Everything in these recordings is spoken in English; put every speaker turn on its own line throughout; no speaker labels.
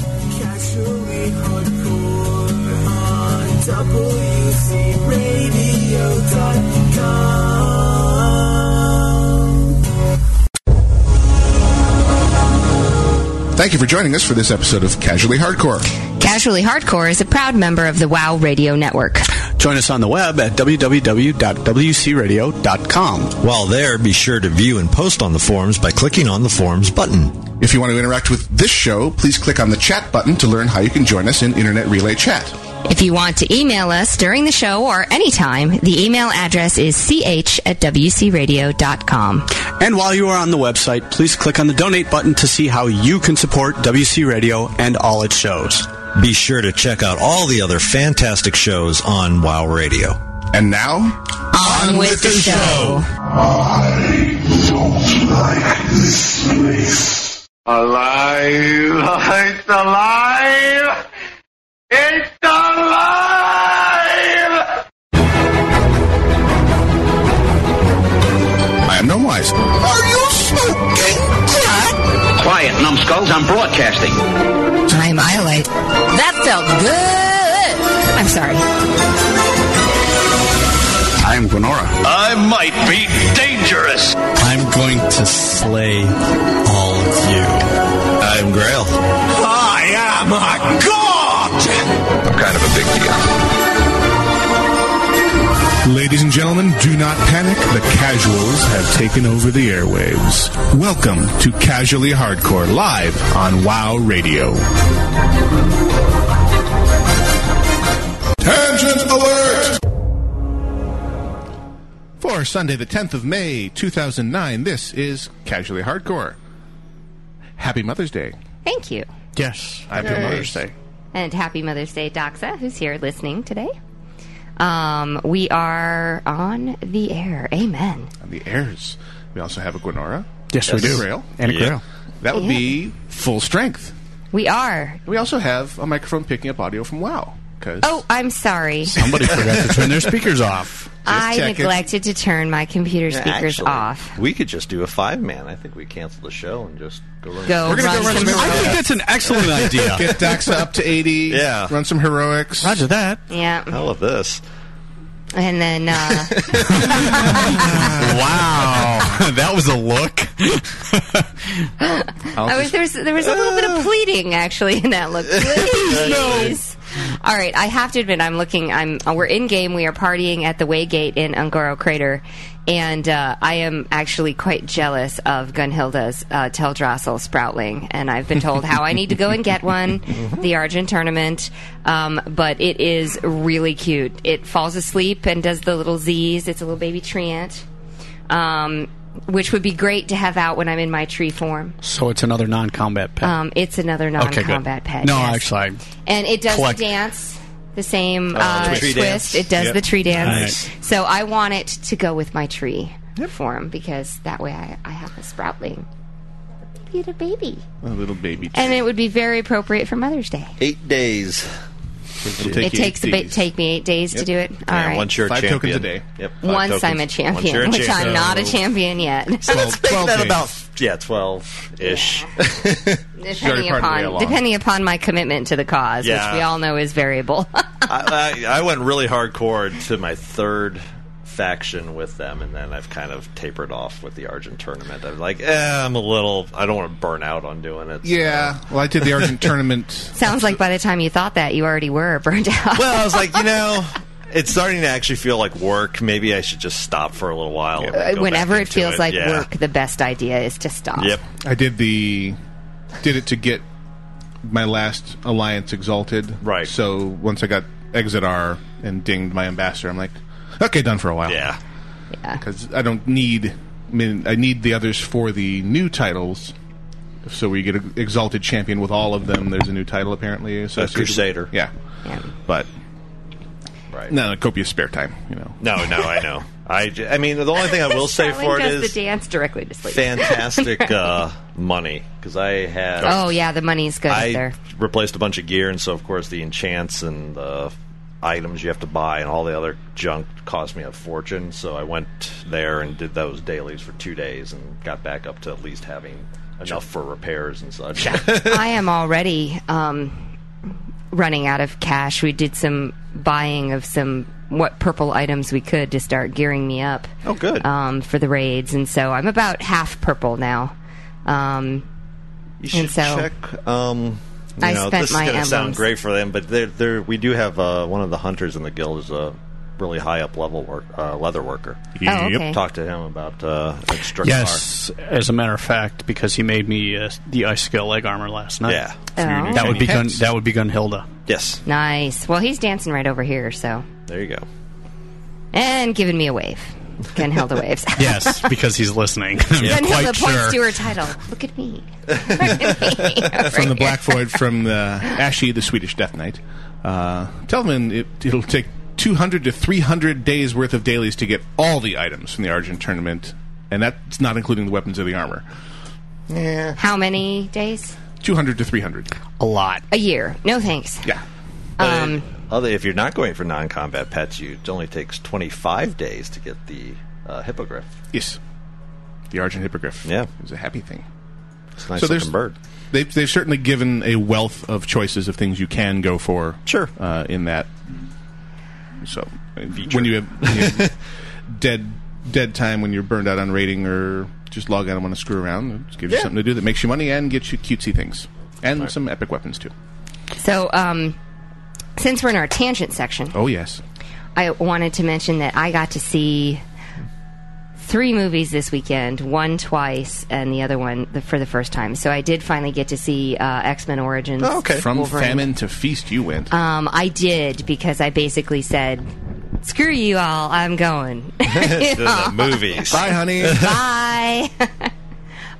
Casually hardcore on WCRadio.com.
Thank you for joining us for this episode of Casually Hardcore.
Casually Hardcore is a proud member of the WOW Radio Network.
Join us on the web at www.wcradio.com.
While there, be sure to view and post on the forums by clicking on the forums button.
If you want to interact with this show, please click on the chat button to learn how you can join us in Internet Relay Chat.
If you want to email us during the show or anytime, the email address is ch at wcradio.com.
And while you are on the website, please click on the donate button to see how you can support WC Radio and all its shows.
Be sure to check out all the other fantastic shows on WoW Radio.
And now,
On with the show.
I don't like this place. Alive! It's alive! It's alive!
I am Gnome Wise. Are you smoking crack?
Quiet, numbskulls, I'm broadcasting.
I'm Iolite. That felt good. I'm sorry.
I am Gwenora.
I might be dangerous!
I'm going to slay all of you. I'm Grail. I am a god!
Ladies and gentlemen, do not panic. The casuals have taken over the airwaves. Welcome to Casually Hardcore, live on WoW Radio.
Tangent alert! For Sunday, the 10th of May, 2009, this is Casually Hardcore. Happy Mother's Day.
Thank you.
Yes.
Happy Mother's Day.
And happy Mother's Day, Doxa, who's here listening today. Um, we are on the air. Amen.
And the heirs. We also have a Gwenora.
Yes, we do.
Grail.
And
Yeah.
Grail.
That would
Yeah.
be full strength.
We are.
We also have a microphone picking up audio from WoW. 'cause-
Oh, I'm sorry.
Somebody forgot to turn their speakers off.
I
checking.
neglected to turn my computer speakers
Actually,
off.
We could just do a five man. I think we cancel the show and just go run.
Go
We're gonna go
run,
run
some
some
roads.
roads.
think that's an excellent idea.
Get Daxa up to 80.
Yeah.
Run some heroics.
Roger that.
Yeah,
All of this.
and then uh,
Wow. that was a look.
I was there was there was a little bit of pleading actually in that look. Please. All right, I have to admit I'm looking. I'm uh, we're in game. We are partying at the Waygate in Ungoro Crater, and uh, I am actually quite jealous of Gunhilda's uh, Teldrassil Sproutling, and I've been told how I need to go and get one, the Argent tournament. Um, but it is really cute. It falls asleep and does the little Z's. It's a little baby treant. Um, which would be great to have out when I'm in my tree form.
So it's another non combat pet.
Um, it's another
Okay, good.
non-combat pet.
No,
yes.
actually, I-
and it does
collect-
the dance, the same
Oh,
uh,
tree
twist.
dance.
It does
Yep.
the tree dance.
Nice.
So I want it to go with my tree form because that way I, I have a sproutling. Be it a baby,
A little baby.
and it would be very appropriate for Mother's Day.
Eight days.
It'll
It
take you
takes a
eight
bit,
days.
take me eight days to do it. All
and
right.
once you're a
Five
champion.
tokens a day.
Yep, five
Once
tokens.
I'm a
Once you're
champion,
a
which
champion.
I'm not a champion yet,
Let's make
12
that
days.
about yeah, twelve ish.
depending
part of the way
upon
along.
depending upon my commitment to the cause,
Yeah.
which we all know is variable.
I, I, I went really hardcore to my third faction with them, and then I've kind of tapered off with the Argent tournament. I'm like, eh, I'm a little. I don't want to burn out on doing it. so-
Yeah. Well, I did the Argent tournament.
Sounds like by the time you thought that, you already were burned out.
Well, I was like, you know, it's starting to actually feel like work. Maybe I should just stop for a little while. and then go
Uh, Whenever it
back into
feels like
Yeah.
work, the best idea is to stop.
Yep.
I did the. Did it to get my last alliance exalted.
Right.
So once I got Exit R and dinged my ambassador, I'm like, okay, done for a while.
Yeah.
Because I don't need. I mean, I need the others for the new titles. So we get an exalted champion with all of them. There's a new title apparently. associated with-
Crusader.
Yeah.
Yeah.
But
Right.
no, copious spare time. You know.
No, no, I know. I, j- I mean, the only thing I will say for it
does
is
the dance directly to sleep.
fantastic uh, money because I had
oh yeah, the money's good up
I
there.
replaced a bunch of gear, and so of course the enchants and the items you have to buy and all the other junk cost me a fortune. So I went there and did those dailies for two days and got back up to at least having enough for repairs and such.
I am already um, running out of cash. We did some buying of some what purple items we could to start gearing me up.
Oh, good.
Um, for the raids, and so I'm about half purple now. Um,
You should
And so-
check. Um, you
I
know,
spent
this
my
is going to sound
emblems.
great for them, but they're, they're, we do have uh, one of the hunters in the guild is a really high up level work, uh, leather worker.
Oh, okay.
Talk to him about uh, extra
Yes, as a matter of fact, because he made me uh, the ice scale leg armor last night.
Yeah.
Oh.
that would be gun.
Hex.
That would be Gunhilda.
Yes.
nice. Well, he's dancing right over here, so
There you go.
and giving me a wave. Ken held the waves.
Yes, because he's listening. I'm
Ken held
quite
the points
sure.
to her title. Look at me. Look at me.
from the Black Void from the Ashi, the Swedish Death Knight. Uh, tell them it, it'll take 200 to 300 days worth of dailies to get all the items from the Argent tournament, and that's not including the weapons or the armor.
How many days?
200 to 300.
a lot.
A year. No thanks.
Yeah.
But
Um,
other, if you're not going for non combat pets, you, it only takes 25 days to get the uh, hippogriff.
Yes. The Argent Hippogriff.
Yeah.
It was a happy thing.
It's a nice
So there's-
looking bird.
They've, they've certainly given a wealth of choices of things you can go for.
Sure.
Uh, in that. So uh, when you have when you have dead dead time when you're burned out on raiding or just log out and want to screw around, it gives you something to do that makes you money and gets you cutesy things and some epic weapons too.
so um, since we're in our tangent section,
Oh yes.
I wanted to mention that I got to see three movies this weekend, one twice and the other one the, for the first time. So I did finally get to see uh, X Men Origins.
okay. Uh,
From
Wolverine.
famine to feast, you went.
Um, I did because I basically said, "Screw you all, I'm going."
The movies.
Bye, honey.
Bye.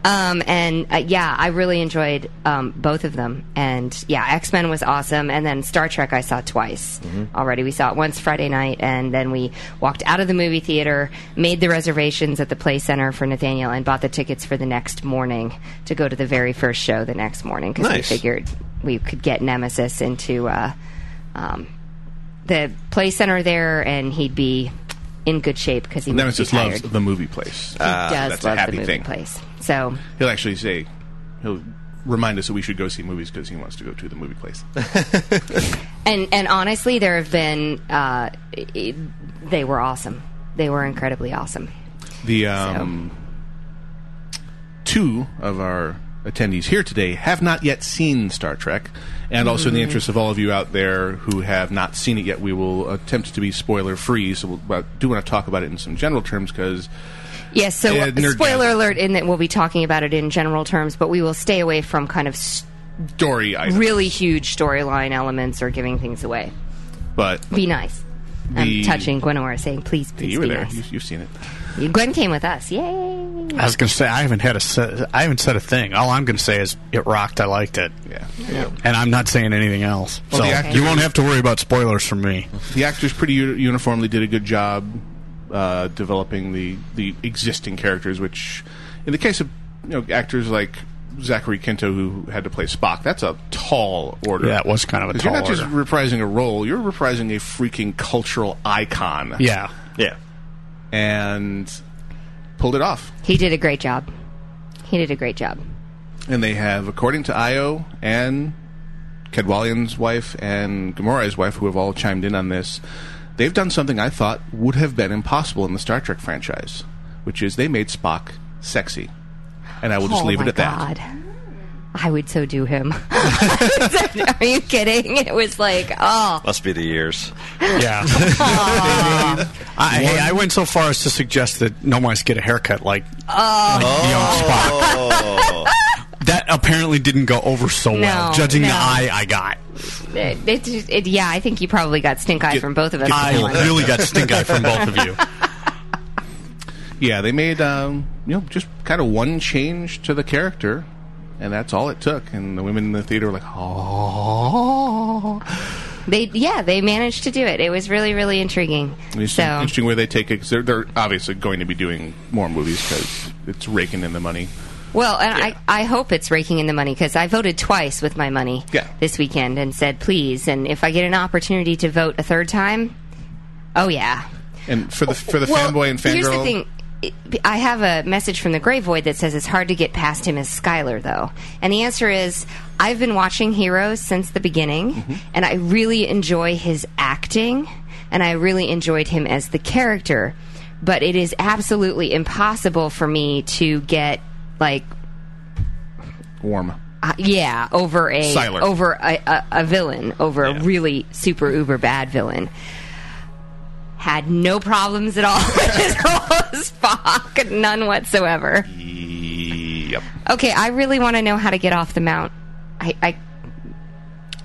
um, and uh, yeah, I really enjoyed um, both of them. And yeah, X Men was awesome. And then Star Trek I saw twice
Mm-hmm.
already. We saw it once Friday night, and then we walked out of the movie theater, made the reservations at the Play Center for Nathaniel, and bought the tickets for the next morning to go to the very first show the next morning because
Nice.
we figured we could get Nemesis into. Uh, um, the play center there, and he'd be in good shape because he was
Nemesis loves
tired.
the movie place.
Uh,
He does
Ah, that's a
love
happy
the movie
thing.
place. So
He'll actually say, he'll remind us that we should go see movies because he wants to go to the movie place.
and and honestly, there have been uh, i- they were awesome. They were incredibly awesome.
The um, two of our attendees here today have not yet seen Star Trek, and also in
Mm-hmm.
the interest of all of you out there who have not seen it yet, we will attempt to be spoiler free. So, we'll, but I do want to talk about it in some general terms because
Yes. So
Yeah,
uh,
nerd
spoiler
gas.
alert in that we'll be talking about it in general terms, but we will stay away from kind of s-
Dory, I
really huge storyline elements or giving things away.
but
Be nice.
The-
I'm touching Gwenora, saying, "Please, please
you were
be
there, you,
nice."
you've seen it.
Gwen came with us. Yay!
I was gonna say I haven't had a se- I haven't said a thing. All I'm gonna say is it rocked. I liked it,
Yeah,
and I'm not saying anything else.
Well, the
so
actor-
you won't have to worry about spoilers from me.
the actors pretty u- uniformly did a good job uh, developing the the existing characters, which in the case of you know actors like. Zachary Quinto, who had to play Spock, that's a tall order.
Yeah, it was kind of a
'Cause
tall
You're not
order.
just reprising a role; you're reprising a freaking cultural icon.
yeah,
Yeah.
and pulled it off.
He did a great job. He did a great job.
And they have, according to Io and Kedwalian's wife and Gamora's wife, who have all chimed in on this, they've done something I thought would have been impossible in the Star Trek franchise, which is they made Spock sexy. And I will just
oh
leave
my
it at
God.
that.
I would so do him. Are you kidding? It was like, oh,
Must be the years.
yeah. I, hey, I went so far as to suggest that Nomas get a haircut like, like young
Oh.
Spock. that apparently didn't go over so well,
No,
judging the
no.
eye I got.
it, it, just- it- yeah. I think you probably got stink eye from both of us. on
I
that one.
really got stink eye from both of you.
Yeah, they made um, you know just kind of one change to the character, and that's all it took. And the women in the theater were like, "Oh."
They, yeah, they managed to do it. It was really, really intriguing.
It's
So,
interesting where they take it 'cause they're, they're obviously going to be doing more movies because it's raking in the money.
well, and I, I hope it's raking in the money because I voted twice with my money
Yeah.
this weekend and said please. And if I get an opportunity to vote a third time, oh yeah.
And for the for the
Well,
fanboy and fangirl,
Here's the thing. it- I have a message from the Grey Void that says it's hard to get past him as Skylar, though. And the answer is I've been watching Heroes since the beginning,
Mm-hmm.
and I really enjoy his acting, and I really enjoyed him as the character. But it is absolutely impossible for me to get like
Warm.
uh, yeah, over a
Siler.
over a, a, a villain, over a really super uber bad villain. Had no problems at all with his role as Spock, none whatsoever.
Yep.
Okay, I really want to know how to get off the mount. I, I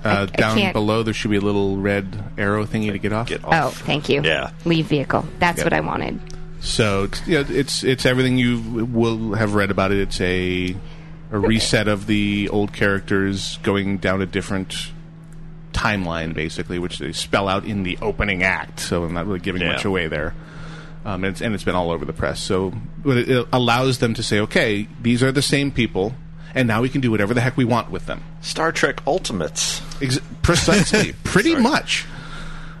Uh, down
can't-
below, there should be a little red arrow thingy to get off.
Get
oh,
off.
thank you.
Yeah.
leave vehicle. That's
Yep.
what I wanted.
So it's, yeah, it's it's everything you will have read about it. It's a a reset of the old characters going down a different timeline, basically, which they spell out in the opening act. So I'm not really giving
Yeah.
much away there. Um, and, it's, and it's been all over the press. So but it, it allows them to say, okay, these are the same people, and now we can do whatever the heck we want with them.
Star Trek Ultimates.
Ex- precisely, pretty much.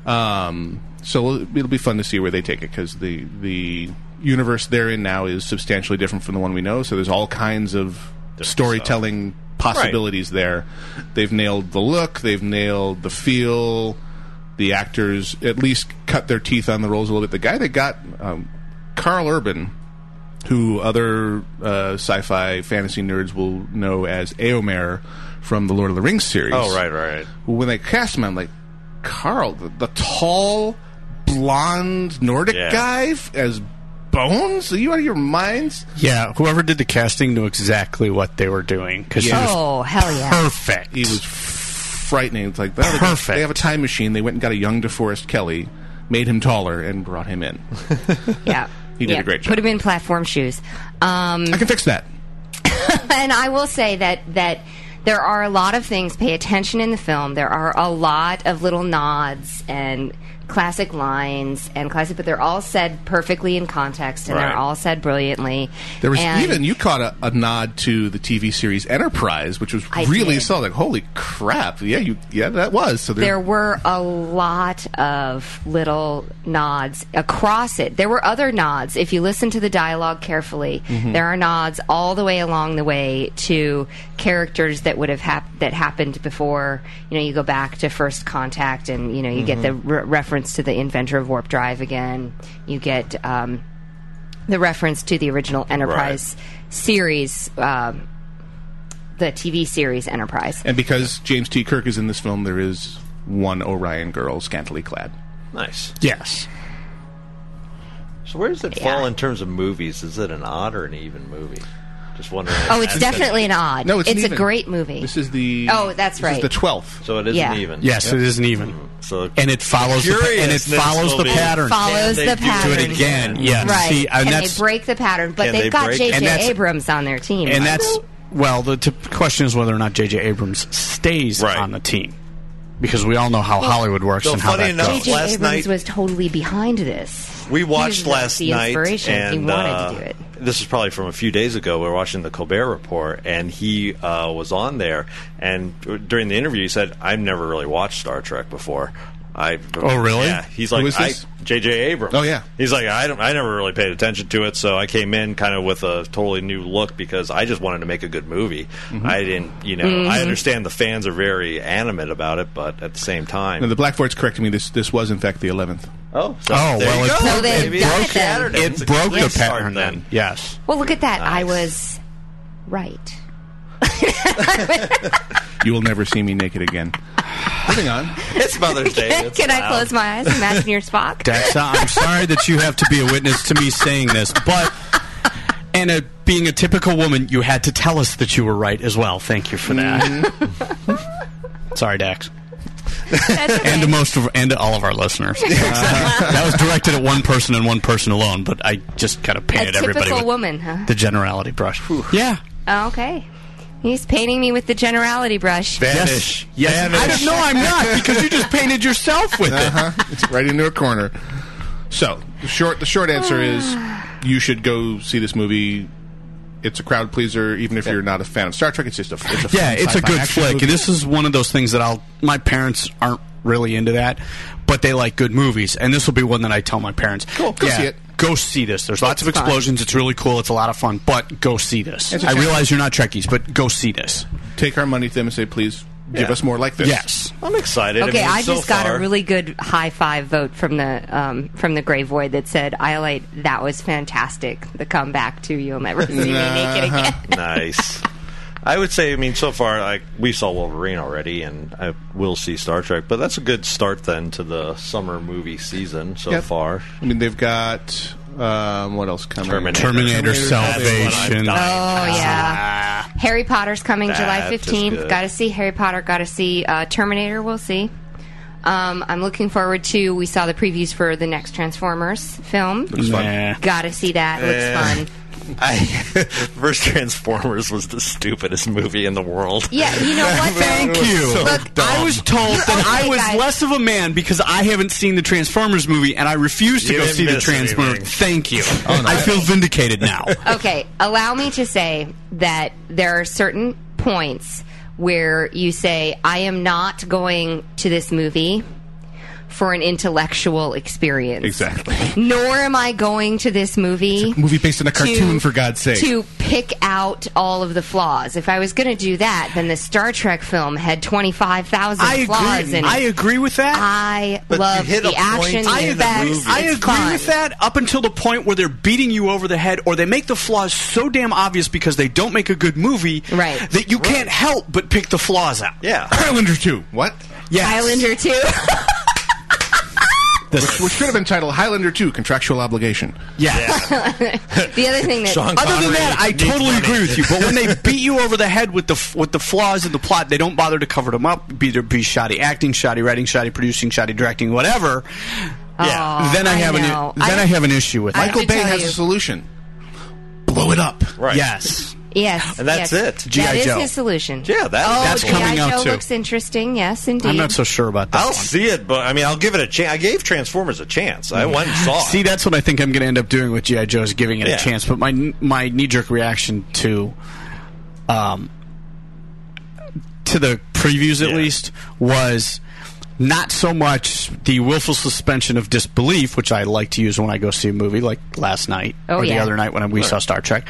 Um, so it'll, it'll be fun to see where they take it because the the universe they're in now is substantially different from the one we know. So there's all kinds of storytelling possibilities there. They've nailed the look. They've nailed the feel. The actors at least cut their teeth on the roles a little bit. The guy that got um, Carl Urban, who other uh, sci-fi fantasy nerds will know as Aomer from the Lord of the Rings series
Oh, right, right.
when they cast him, I'm like, Carl, the, the tall, blonde Nordic
Yeah.
guy f- as Bones? Are you out of your minds?
Yeah, whoever did the casting knew exactly what they were doing because
Yeah.
he was
Oh hell yeah!
perfect.
He was frightening. It's like, oh, they, got-
Perfect.
they have a time machine. They went and got a young DeForest Kelly, made him taller, and brought him in.
yeah,
He did
Yeah.
a great job.
Put him in platform shoes. Um,
I can fix that.
and I will say that that there are a lot of things. Pay attention in the film. There are a lot of little nods and classic lines and classic, but they're all said perfectly in context and
Right.
they're all said brilliantly.
There was
And-
even you caught a, a nod to the TV series Enterprise, which was
I
really
did.
solid. Like, holy crap! Yeah, you yeah that was. So there,
there were a lot of little nods across it. There were other nods. If you listen to the dialogue carefully, there are nods all the way along the way to characters that would have hap- that happened before. You know, you go back to first contact, and you know, you get the re- reference to the inventor of warp drive again. You get um, the reference to the original Enterprise series. Um, the TV series Enterprise.
and because James T. Kirk is in this film, there is one Orion girl scantily clad.
Nice.
yes.
So where does it fall in terms of movies? Is it an odd or an even movie? Just wondering.
Oh, it's definitely an odd.
No, it's, an
a
even.
great movie.
This is the
Oh,
this
that's
is
right.
the twelfth.
So it isn't
Yeah.
even.
Yes, it isn't even,
So
and it follows the, pa- and it
Curious, this
follows
will
the
be-
pattern.
follows
Can
the
they do
pattern
it
again? Yes.
right?
See, and
and
that's-
they break the pattern, but
Can they
they've got
break it?
And
J.J.
that's-
Abrams on their team,
and that's well. The t- question is whether or not J.J. Abrams stays
Right.
on the team because we all know how Hollywood works
so
and how
funny
that
enough-
goes.
J.J.
last
Abrams
night-
was totally behind this.
We
He was,
watched
like,
last
the
night,
Inspiration.
and
he wanted
uh,
to do it.
This is probably from a few days ago. We were watching the Colbert Report, and he uh, was on there. And during the interview, he said, "I've never really watched Star Trek before." I
Oh, really?
Yeah. He's
Who
like,
is
I
this?
J.J. Abrams.
Oh, yeah.
He's like, I don't, I never really paid attention to it, so I came in kind of with a totally new look because I just wanted to make a good movie.
Mm-hmm.
I didn't, you know,
Mm-hmm.
I understand the fans are very animate about it, but at the same time,
No, the Black Fort's correcting me. This this was in fact the eleventh.
oh, so
Oh,
there
well,
you
it-
go.
So they've
Maybe
done
it's
it then.
Saturday. It's a
It broke
good
the
start
pattern then. Yes.
Well, look at that. I
Nice.
was right.
You will never see me naked again. Moving on.
It's Mother's Day. It's
Can I
loud.
close my eyes? and Imagine your Spock.
Daxa, I'm sorry that you have to be a witness to me saying this, but and uh being a typical woman, you had to tell us that you were right as well. Thank you for that. sorry, Dax,
That's okay.
and to most of and to all of our listeners. that was directed at one person and one person alone, but I just kind of
a
painted everybody
typical
with
woman, huh?
the generality brush. Yeah,
Oh, okay. He's painting me with the generality brush.
vanish. Yes, Uh-huh. yes. I, no, I'm not because you just painted yourself with it.
It's right into a corner. So the short the short answer is you should go see this movie. It's a crowd pleaser, even if you're not a fan of Star Trek. It's just a it's a
Yeah,
fun
it's a
sci-fi
good
action
flick.
movie.
And this is one of those things that I'll. My parents aren't really into that, but they like good movies, and this will be one that I tell my parents.
Cool, go
yeah,
see it.
go see this. There's lots of
It's fun.
explosions. It's really cool. It's a lot of fun. But go see this.
It's a
I
shame.
realize you're not Trekkies, but go see this.
Take our money to them and say, please give
Yeah.
us more like this.
Yes.
I'm excited.
Okay,
mean,
I
so
just got
far-
a really good high five vote from the um, from the Gray Void that said, "Iolate, that was fantastic. The comeback to you'll never see me naked
Uh-huh.
again."
nice. I would say, I mean, so far, like we saw Wolverine already, and I will see Star Trek, but that's a good start then to the summer movie season so
Yep.
far.
I mean, they've got um, what else coming?
Terminator.
Terminator,
Terminator
Salvation.
Oh yeah, Harry Potter's coming July
That is
fifteenth.
good.
Got to see Harry Potter. Got to see uh, Terminator. We'll see. Um, I'm looking forward to. We saw the previews for the next Transformers film.
Looks fun.
Nah.
Got to see that.
Eh.
Looks fun.
I, first Transformers was the stupidest movie in the world.
Yeah, you know what?
Thank
though?
you.
Look,
I was told that
Okay,
I was
guys.
less of a man because I haven't seen the Transformers movie and I refuse to
You
go
didn't
see the
miss
Transformers.
anything. Oh,
Thank you. I feel vindicated now.
okay, allow me to say that there are certain points where you say, I am not going to this movie for an intellectual experience.
Exactly.
Nor am I going to this movie.
Movie based on a cartoon,
to-
for God's sake.
To pick out all of the flaws. If I was going to do that, then the Star Trek film had 25,000
I
flaws
agree.
in it.
I agree with that.
I
But you
love
hit a
the
point
action,
in the
the effects.
movie.
I
it's
agree
fun.
with that up until the point where they're beating you over the head or they make the flaws so damn obvious because they don't make a good movie
Right.
that you can't help but pick the flaws out.
Yeah.
Highlander 2. What?
Yes.
Highlander too.
The-
Which should have been titled Highlander 2 Contractual Obligation.
yeah.
the other thing that
Sean
Other than
Connery
that, I
needs
totally
money.
agree with you. But when they beat you over the head with the f- with the flaws in the plot, they don't bother to cover them up. Be there be shoddy acting, shoddy writing, shoddy producing, shoddy directing, whatever.
Aw,
then I,
I
have an
know.
i- then I,
I-
have an issue with
I
it.
have to
Michael Bay
tell
has
you.
a solution. Blow it up.
Right.
Yes.
Yes,
And that's
yes.
it.
G.I.
That is
Joe.
his solution.
Yeah, that-
oh,
that's
G.I.
coming out,
Joe
too.
looks interesting. Yes, indeed.
I'm not so sure about that.
I'll
one.
see it, but I mean, I'll give it a chance. I gave Transformers a chance. I went and saw it.
See, that's what I think I'm going to end up doing with GI Joe is giving it
Yeah.
a chance. But my my knee jerk reaction to, um, to the previews at
Yeah.
least was not so much the willful suspension of disbelief, which I like to use when I go see a movie, like last night
Oh,
or the
yeah.
other night when we saw Star Trek.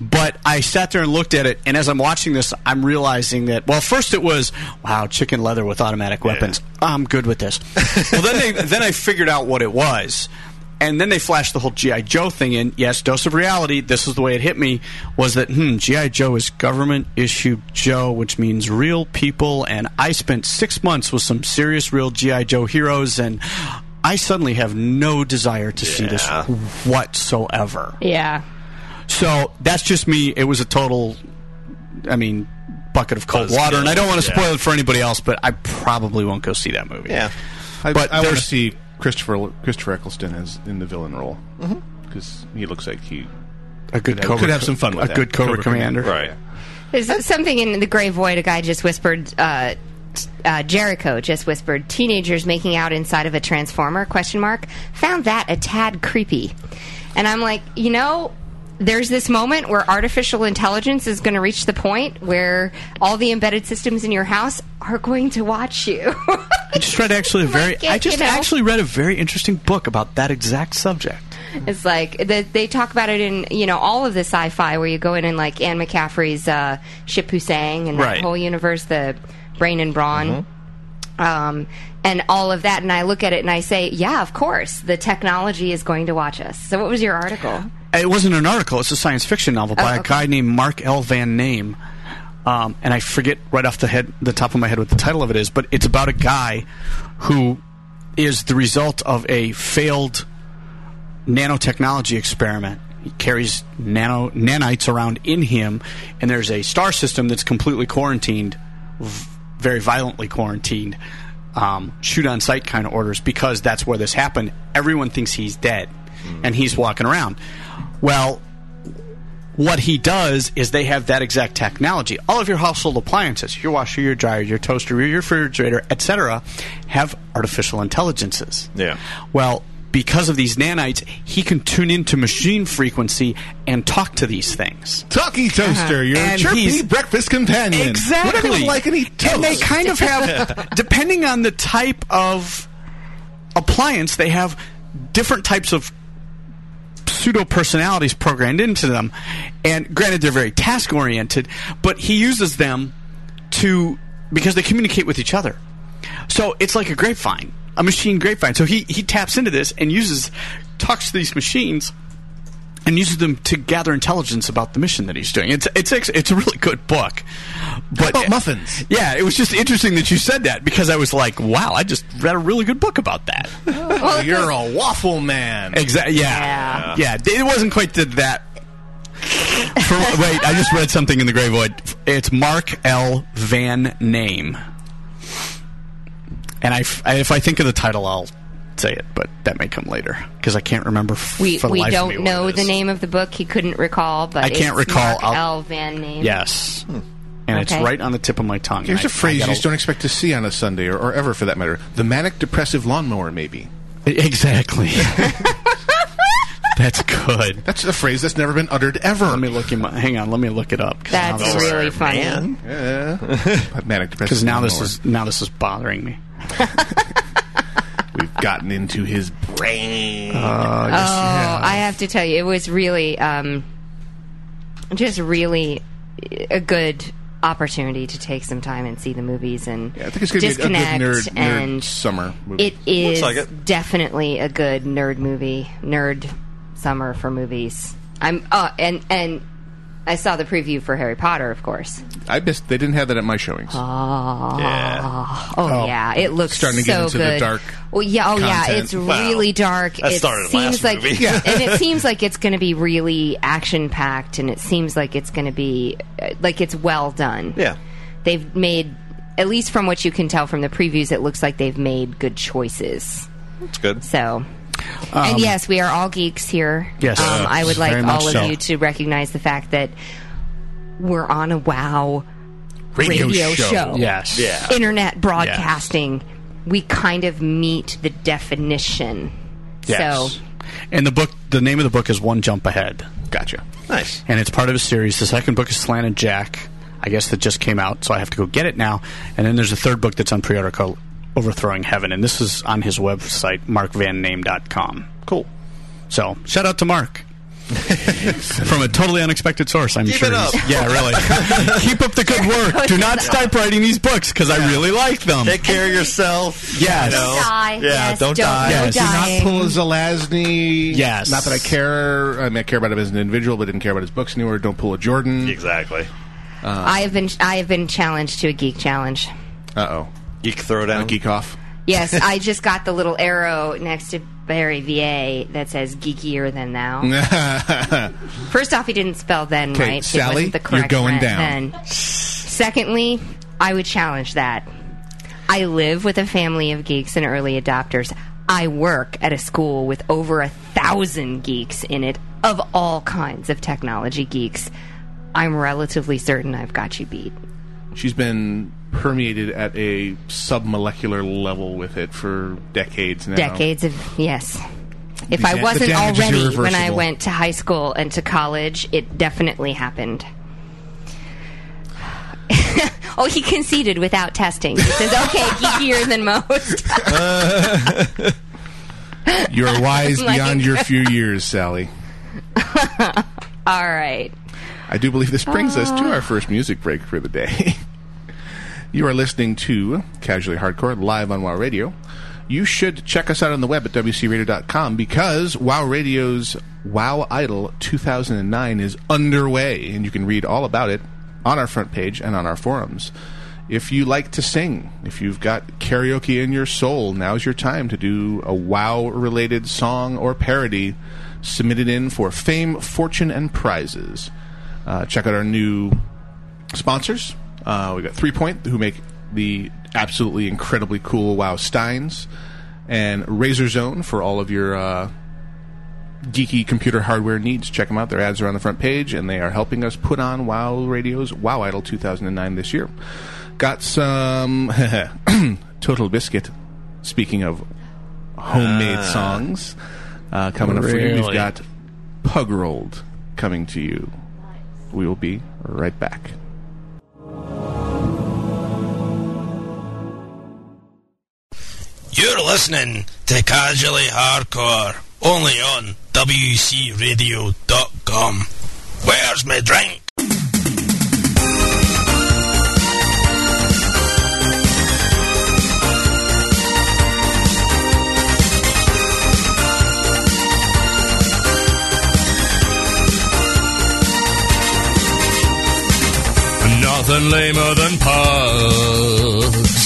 But I sat there and looked at it, and as I'm watching this, I'm realizing that well, first it was wow, chicken leather with automatic weapons. I'm good with this. well, then they, then I figured out what it was. And then they flashed the whole GI Joe thing in. Yes, dose of reality. This is the way it hit me. Was that hmm, GI Joe is government issued Joe, which means real people. And I spent six months with some serious, real GI Joe heroes, and I suddenly have no desire to see this
Yeah.
whatsoever.
Yeah.
So that's just me. It was a total, I mean, bucket of cold
Buzzkill,
water, and I don't want to
yeah.
spoil it for anybody else, but I probably won't go see that movie.
Yeah.
I,
But
I want to
there's-
see Christopher Christopher Eccleston as in the villain role because he looks like he
a good
could have,
Cobra,
could have some fun with
a
that.
good Cobra, Commander.
Right.
There's something in the gray void. A guy just whispered. Uh, t- uh, Jericho just whispered, "Teenagers making out inside of a transformer?" Question mark. Found that a tad creepy, and I'm like, you know, there's this moment where artificial intelligence is going to reach the point where all the embedded systems in your house are going to watch you.
I just read actually a very.
Like it,
I just
you know?
actually read a very interesting book about that exact subject.
It's like they, they talk about it in you know all of the sci-fi where you go in and like Anne McCaffrey's uh, Ship Who Sang and
Right. Mm-hmm.
that whole universe, the Brain and Brawn, um, and all of that. And I look at it and I say, yeah, of course, the technology is going to watch us. So what was your article?
It wasn't an article. It's a science fiction novel by a
okay.
guy named Mark L. Van Name, um, and I forget right off the head, the top of my head, what the title of it is. But it's about a guy who is the result of a failed nanotechnology experiment. He carries nano nanites around in him, and there's a star system that's completely quarantined, v- very violently quarantined. Um, shoot on sight kind of orders because that's where this happened. Everyone thinks he's dead, and he's walking around. Well, what he does is they have that exact technology. All of your household appliances, your washer, your dryer, your toaster, your refrigerator, etc., have artificial intelligences.
Yeah.
Well, because of these nanites, he can tune into machine frequency and talk to these things.
Talkie toaster, your
Uh-huh. And
chirpy
he's-
breakfast companion. What do
Exactly.
you like any toast?
And they kind of have, depending on the type of appliance, they have different types of pseudo personalities programmed into them. And granted, they're very task oriented, but he uses them to because they communicate with each other. So it's like a grapevine, a machine grapevine. So he he taps into this and uses talks to these machines and uses them to gather intelligence about the mission that he's doing. It's it's ex- it's a really good book. But
about muffins?
Yeah, it was just interesting that you said that because I was like, wow, I just read a really good book about that.
Well,
Oh, You're a waffle man.
Exactly. Yeah. yeah. It wasn't quite the, that. For, wait, I just read something in the gray void. It's Mark L. Van Name, and I, f- I- if I think of the title, I'll say it, but that may come later because I can't remember. F-
we
for the
we
life of me
don't
what
know
it
the
is.
name of the book. He couldn't recall, but
I can't
it's
recall.
Mark
I'll-
L. Van Name.
Yes, and it's
Okay.
right on the tip of my tongue.
Here's
a
a phrase you just don't expect to see on a Sunday or, or ever for that matter. The manic depressive lawnmower, maybe.
exactly. That's good.
That's a phrase that's never been uttered ever.
Let me look him. Hang on. Let me look it up. 'cause now
That's
this is-
really funny.
But manic depressive
Because now this
lawnmower.
is now this is bothering me.
We've gotten into his brain.
Oh, I have to tell you, it was really, um, just really a good opportunity to take some time and see the movies and
yeah, I think it's going to be a- a,
disconnect
good nerd, nerd
and
summer movie.
it is
like it.
definitely a good nerd movie, nerd summer for movies. I'm uh, and and I saw the preview for Harry Potter, of course.
I missed. They didn't have that at my showings.
Yeah.
Oh, yeah, it looks
starting to
so
get into the
good.
dark
Well, yeah, oh yeah,
content.
it's really dark.
that
it
started
seems
last
like,
movie. Yeah.
and it seems like it's going to be really action packed, and it seems like it's going to be uh, like it's well done.
Yeah.
they've made at least from what you can tell from the previews, it looks like they've made good choices.
It's good.
So, and yes, we are all geeks here.
Um, Yes.
um, I would like
Very much
all of
so.
you to recognize the fact that we're on a Wow radio, show.
Yes.
Yeah.
internet broadcasting. We kind of meet the definition.
Yes.
So
And the book, the name of the book is One Jump Ahead,
Gotcha.
Nice.
and it's part of a series. The second book is Slanted Jack, I guess that just came out, so I have to go get it now. And then there's a third book that's on pre-order called Overthrowing Heaven, and this is on his website, markvanname.com. Cool. So shout out to Mark. From a totally unexpected source, I'm sure.
it
he's-
up.
Yeah, really. Keep up the good work. Do not stop writing these books because I really like them.
Take care of yourself.
Yes.
You know.
die.
Oh. Yeah,
Yes,
don't,
don't-
die.
Yes.
no
Do
Not
dying.
pull Zelazny.
Yes.
Not that I care. I mean, I care about him as an individual, but didn't care about his books anywhere. Don't pull a Jordan.
Exactly.
I have been I have been challenged to a geek challenge.
Uh oh.
Geek throwdown.
Geek off.
Yes, I just got the little arrow next to Barry VA that says geekier than thou. First off, he didn't spell then
'Kay,
right. It
Sally,
wasn't the
you're
correct
going
rent
down.
Then. Secondly, I would challenge that. I live with a family of geeks and early adopters. I work at a school with over a thousand geeks in it of all kinds of technology geeks. I'm relatively certain I've got you beat.
She's been permeated at a submolecular level with it for decades now.
decades of yes. If
The
I
da- the
wasn't
damage is
already when I
irreversible.
went to high school and to college, it definitely happened. oh, he conceded without testing. He says, "Okay, geekier than most."
You're wise
Like-
beyond your few years, Sally.
All right.
I do believe this brings us to our first music break for the day. you are listening to Casually Hardcore live on WoW Radio. You should check us out on the web at wcradio.com because WoW Radio's WoW Idol 2009 is underway, and you can read all about it on our front page and on our forums. If you like to sing, if you've got karaoke in your soul, now's your time to do a WoW related song or parody submitted in for fame, fortune, and prizes. Uh, check out our new sponsors. Uh, we got Three Point, who make the absolutely incredibly cool WoW Steins, and Razor Zone for all of your uh, geeky computer hardware needs. Check them out. Their ads are on the front page, and they are helping us put on WoW Radio's WoW Idol 2009 this year. Got some Total Biscuit. Speaking of homemade songs uh, coming up for you, we've
Really?
got Pug Rolled coming to you. We will be right back.
You're listening to Casually Hardcore, only on
WCRadio.com. Where's my drink?
Nothing lamer than pugs.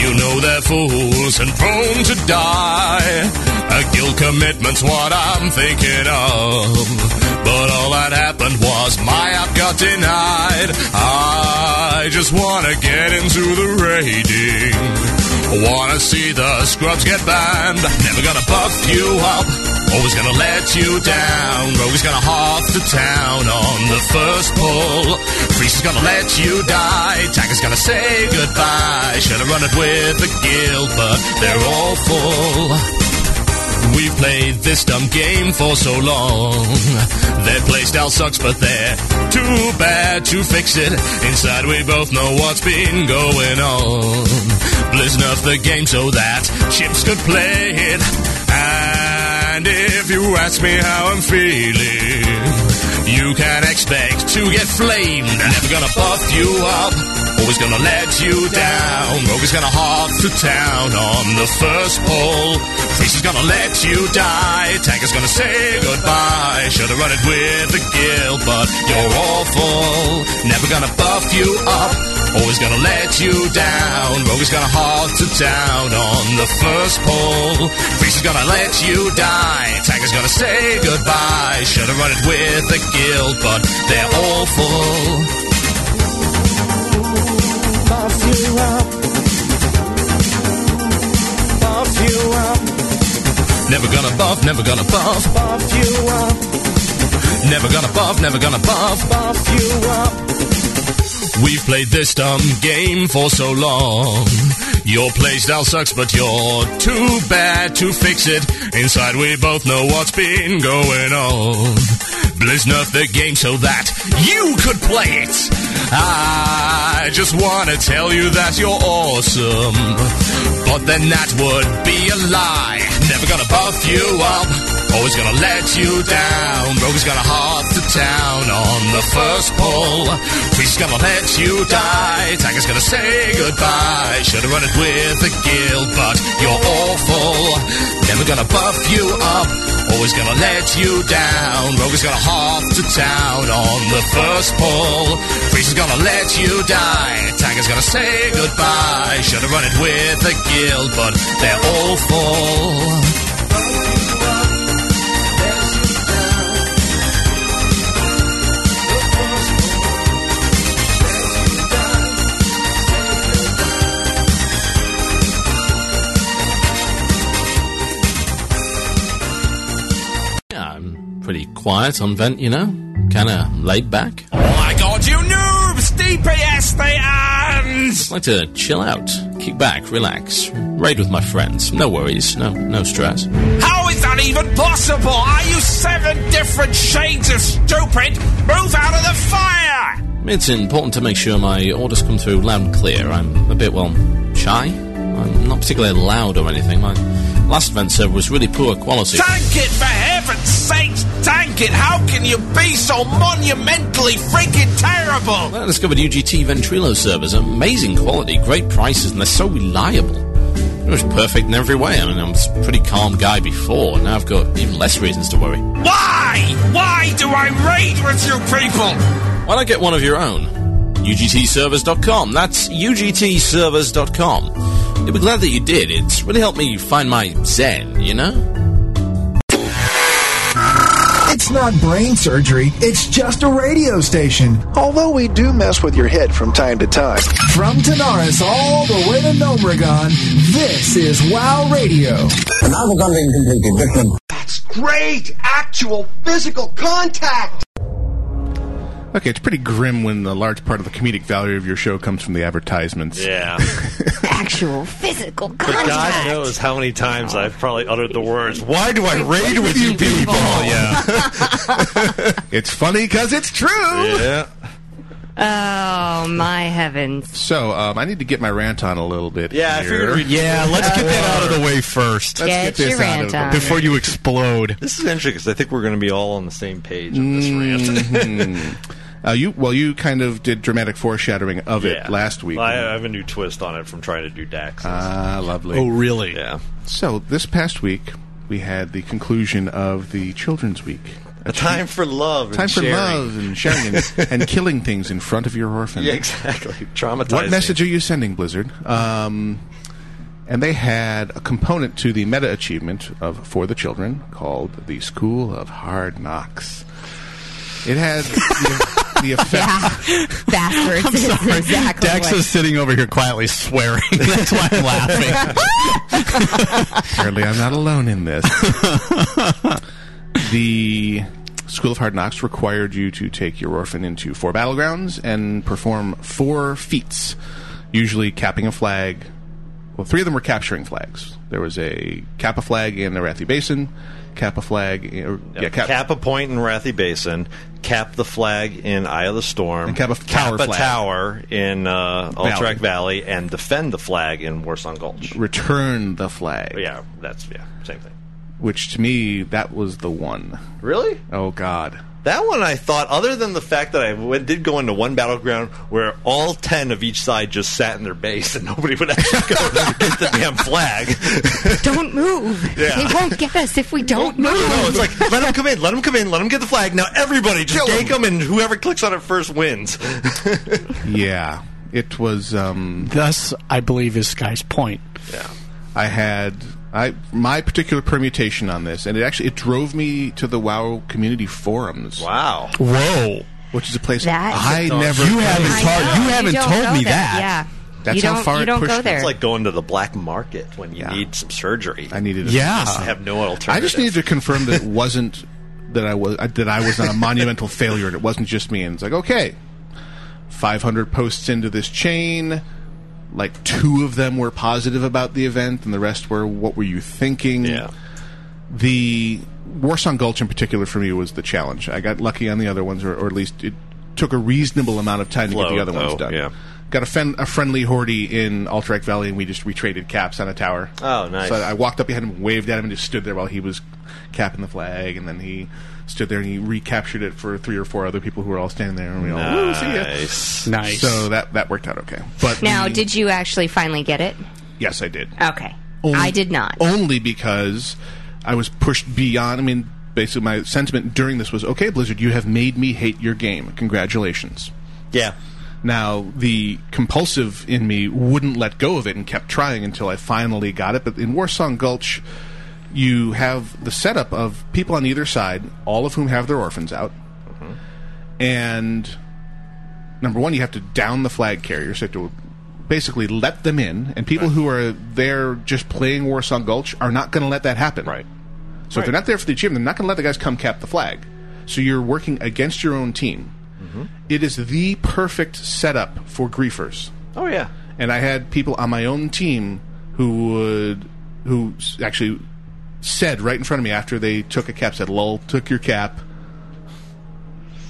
You know they're fools and prone to die. A guilt commitment's what I'm thinking of. But all that happened was my app got denied. I just wanna get into the raiding. Wanna see the scrubs get banned. Never gonna buff you up. Always gonna let you down. Rogue's gonna half the town on the first pull. Freeze is gonna let you die. Tiger's gonna say goodbye. Should've run it with the guild, but they're all full. We've played this dumb game for so long. Their playstyle sucks, but they're too bad to fix it. Inside, we both know what's been going on. Blizznuff the game so that chimps could play it. And if you ask me how I'm feeling, you can expect to get flamed. Never gonna buff you up, always gonna let you down. Rogue is gonna half the town on the first pull. Priest is gonna let you die, Tank is gonna say goodbye. Should've run it with the guild, but you're awful. Never gonna buff you up, always gonna let you down. Rogue is gonna half the town on the first pull. Priest is gonna let you die, Tank is gonna say goodbye. Should've run it with the guild, but they're awful.
Buff you up. Buff you up.
Never gonna buff, never gonna buff.
Buff you up.
Never gonna buff, never gonna buff.
Buff you up.
We've played this dumb game for so long. Your playstyle sucks, but you're too bad to fix it. Inside, we both know what's been going on. Blizznuff the game so that you could play it. I just wanna tell you that you're awesome, but then that would be a lie. Never gonna buff you up, always gonna let you down. Rogue's gonna heart to town on the first pull. Priest's gonna let you die. Tiger's gonna say goodbye. Should've run it with the guild, but you're awful. Never gonna buff you up. Always gonna let you down. Rogue is gonna half to town on the first pull. Priest is gonna let you die. Tiger's gonna say goodbye. Should've run it with the guild, but they're awful.
Yeah, I'm pretty quiet on vent, you know, kind of laid back.
Oh My god, you noobs! DPS they are!
Just like to chill out, kick back, relax, raid with my friends. No worries, no no stress.
How is that even possible? Are you seven different shades of stupid? Move out of the fire!
It's important to make sure my orders come through loud and clear. I'm a bit well shy. I'm not particularly loud or anything. My last vent server was really poor quality.
Tank it, for heaven's sakes! Tank it! How can you be so monumentally freaking terrible?
I discovered UGT Ventrilo servers. Amazing quality, great prices, and they're so reliable. It was perfect in every way. I mean, I was a pretty calm guy before, and now I've got even less reasons to worry.
Why? Why do I raid with you people?
Why not get one of your own? UGTservers.com. That's UGTservers.com. You'll be glad that you did. It's really helped me find my zen, you know?
It's not brain surgery, it's just a radio station. Although we do mess with your head from time to time. From Tanaris all the way to Nomragon, this is WoW Radio.
And I was something completely different.
Great actual physical contact!
Okay, it's pretty grim when the large part of the comedic value of your show comes from the advertisements.
Yeah.
Actual physical
But God
contact.
knows how many times I've probably uttered the words, Why do I raid with you people? Yeah.
it's funny because it's true.
Yeah.
Oh my heavens!
So um, I need to get my rant on a little bit.
Yeah, I
here.
figured we'd- Yeah, let's get that out of the way first.
Let's
Get
get, this out
your
of
rant
the
on.
way.
Before you explode.
This is interesting because I think we're going to be all on the same page.
Mhm. uh, you well, you kind of did dramatic foreshadowing of it last week.
I have a new twist on it from trying to do Dax.
Ah, lovely.
Oh,
really?
Yeah.
So this past week we had the conclusion of the Children's Week.
A time for love.
Time
and
for
sharing.
love and sharing and, and killing things in front of your orphan.
yeah, exactly. Traumatizing.
What message are you sending, Blizzard? Um, and they had a component to the meta achievement of for the children called the School of Hard Knocks. It had the, the effect.
Bastards. I'm sorry. Exactly
Dax
what-
is sitting over here quietly swearing. That's why I'm laughing.
Apparently, I'm not alone in this. the School of Hard Knocks required you to take your orphan into four battlegrounds and perform four feats, usually capping a flag. Well, three of them were capturing flags. There was a Kappa flag in the Rathi Basin, Kappa flag, in, or, yeah, Kappa,
Cap a point in Rathy Basin. Cap the flag in Eye of the Storm.
And cap a tower
Cap a
flag.
tower in uh,
Valley.
Altrak Valley, and defend the flag in Warsaw Gulch.
return the flag.
Yeah, that's yeah, same thing.
Which to me, that was the one.
Really?
Oh God.
That one I thought, other than the fact that I went, did go into one battleground where all ten of each side just sat in their base and nobody would actually go and get the damn flag.
Don't move.
Yeah.
They won't get us if we don't move.
No, it's like let them come in, let them come in, let them get the flag. Now everybody just take them, and whoever clicks on it first wins.
Yeah, it was. Um,
Thus, I believe is Sky's point.
Yeah.
I had I my particular permutation on this, and it actually it drove me to the WoW community forums.
Wow.
Whoa.
Which is a place
That-
I
You
never.
haven't I told- know, you you haven't don't told go me there, that. yeah.
That's
You
how
don't-
far
you
it
don't
pushed.
go
me.
there.
It's like going to the black market when you need some surgery. I
needed.
Yeah.
just have no alternative.
uh, I just needed to confirm that it wasn't that I was that I was not a monumental failure, and it wasn't just me. And it's like, okay, five hundred posts into this chain, like two of them were positive about the event, and the rest were, "What were you thinking?" Yeah. The Warsaw Gulch, in particular, for me was the challenge. I got lucky on the other ones, or, or at least it took a reasonable amount of time to get
Flowed,
the other ones
though,
done.
Oh, yeah.
Got a, fen- a friendly Hordy in Alterac Valley, and we just we traded caps on a tower.
Oh, nice.
So I walked up behind him, waved at him, and just stood there while he was capping the flag. And then he stood there and he recaptured it for three or four other people who were all standing there. And we all, "Woo, see ya."
Nice.
Nice.
So that, that worked out okay. But
now,
the-
did you actually finally get it?
Yes, I did.
Okay. Oh,
Oh.
I did not.
Only because I was pushed beyond. I mean, basically, my sentiment during this was okay, Blizzard, you have made me hate your game. Congratulations.
Yeah.
Now, the compulsive in me wouldn't let go of it and kept trying until I finally got it. But in Warsaw Gulch, you have the setup of people on either side, all of whom have their orphans out. And number one, you have to down the flag carriers. You have to basically let them in. And people who are there just playing Warsaw Gulch are not going to let that happen. Right. So if they're not there for the achievement, they're not going to let the guys come cap the flag. So you're working against your own team. It is the perfect setup for griefers.
Oh yeah.
And I had people on my own team who would, who s- actually said right in front of me after they took a cap, said, "Lol, took your cap."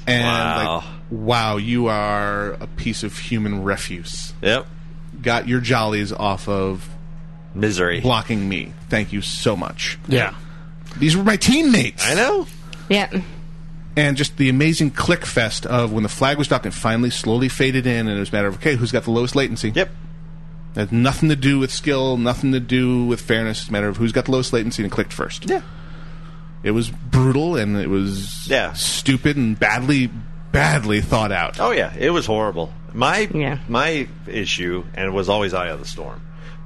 And
Wow.
like, wow, you are a piece of human refuse.
Yep.
Got your jollies off of
misery
blocking me. Thank you so much.
Yeah.
These were my teammates. I
know.
Yeah.
And just the amazing click fest of when the flag was dropped and finally slowly faded in, and it was a matter of, okay, who's got the lowest latency?
Yep.
That had nothing to do with skill, nothing to do with fairness. It's a matter of who's got the lowest latency and clicked first. Yeah. It was brutal and it was
Yeah.
stupid and badly, badly thought out.
Oh yeah, it was horrible. My my issue, and it was always Eye of the Storm,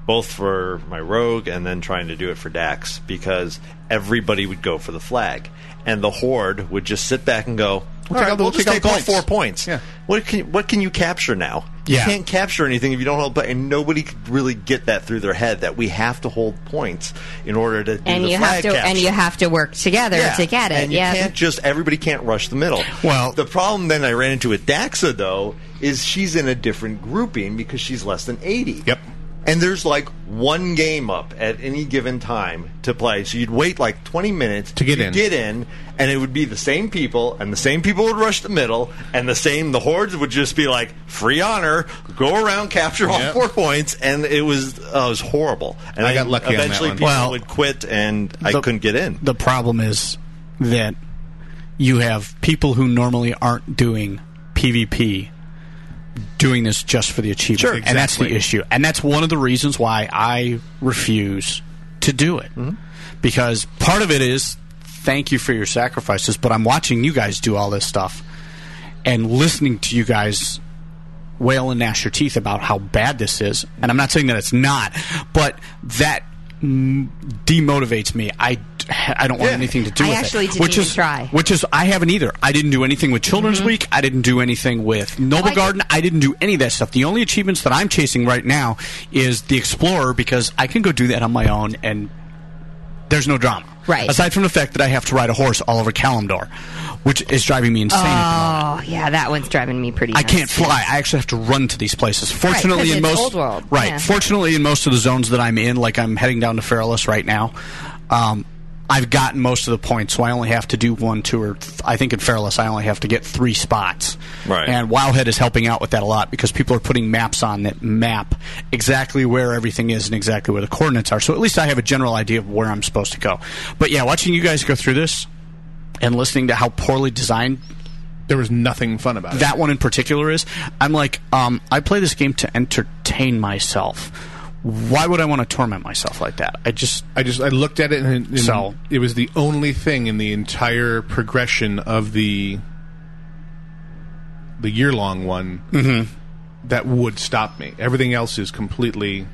both for my rogue and then trying to do it for Dax because everybody would go for the flag, and the horde would just sit back and go.
We'll
all
take
right,
out the-
we'll
we'll
just
take out
take all
points."
four points. Yeah. What can you, what can you capture now?
Yeah.
You can't capture anything if you don't hold. But and nobody could really get that through their head that we have to hold points in order to do
And
the
you have
flag
to
capture.
and you have to work together
Yeah,
to get it.
And you
yeah.
can't just everybody can't rush the middle. Well, the problem then I ran into with Daxa though is she's in a different grouping because she's less than eighty.
Yep.
And there's like one game up at any given time to play. So you'd wait like 20 minutes to
get in.
Get in, and it would be the same people, and the same people would rush the middle, and the same, the hordes would just be like, free honor, go around, capture all
Yep.
four points. And it was uh, it was horrible. And
I
then
got lucky on that
Eventually
one.
people
Well,
would quit, and I
the-
couldn't get in.
The problem is that you have people who normally aren't doing PvP doing this just for the achievement.
Sure,
And that's the
exactly.
issue. And that's one of the reasons why I refuse to do it.
Mm-hmm.
Because part of it is thank you for your sacrifices, but I'm watching you guys do all this stuff and listening to you guys wail and gnash your teeth about how bad this is. And I'm not saying that it's not, but that mm, demotivates me. I, I don't want anything to do
I
with
actually
it.
didn't
which
even
is
try.
which is I haven't either. I didn't do anything with Children's Week. I didn't do anything with Noble Garden. I didn't do any of that stuff. The only achievements that I'm chasing right now is the Explorer because I can go do that on my own and there's no drama.
Right.
Aside from the fact that I have to ride a horse all over Kalimdor, which is driving me insane.
Oh, yeah, that one's driving me pretty.
I
nuts.
can't fly. I actually have to run to these places. Fortunately,
'cause
in
it's old
most
world.
right.
Yeah.
Fortunately, in most of the zones that I'm in, like I'm heading down to Fairless right now, um, I've gotten most of the points, so I only have to do one, two, or th- I think in Fairless I only have to get three spots.
Right.
And Wowhead is helping out with that a lot because people are putting maps on that map exactly where everything is and exactly where the coordinates are. So at least I have a general idea of where I'm supposed to go. But yeah, watching you guys go through this and listening to how poorly designed
there was nothing fun about it.
that one in particular is I'm like, um, I play this game to entertain myself. Why would I want to torment myself like that? I just
I just I looked at it and, and
So-
it was the only thing in the entire progression of the the year long one
Mm-hmm.
that would stop me. Everything else is completely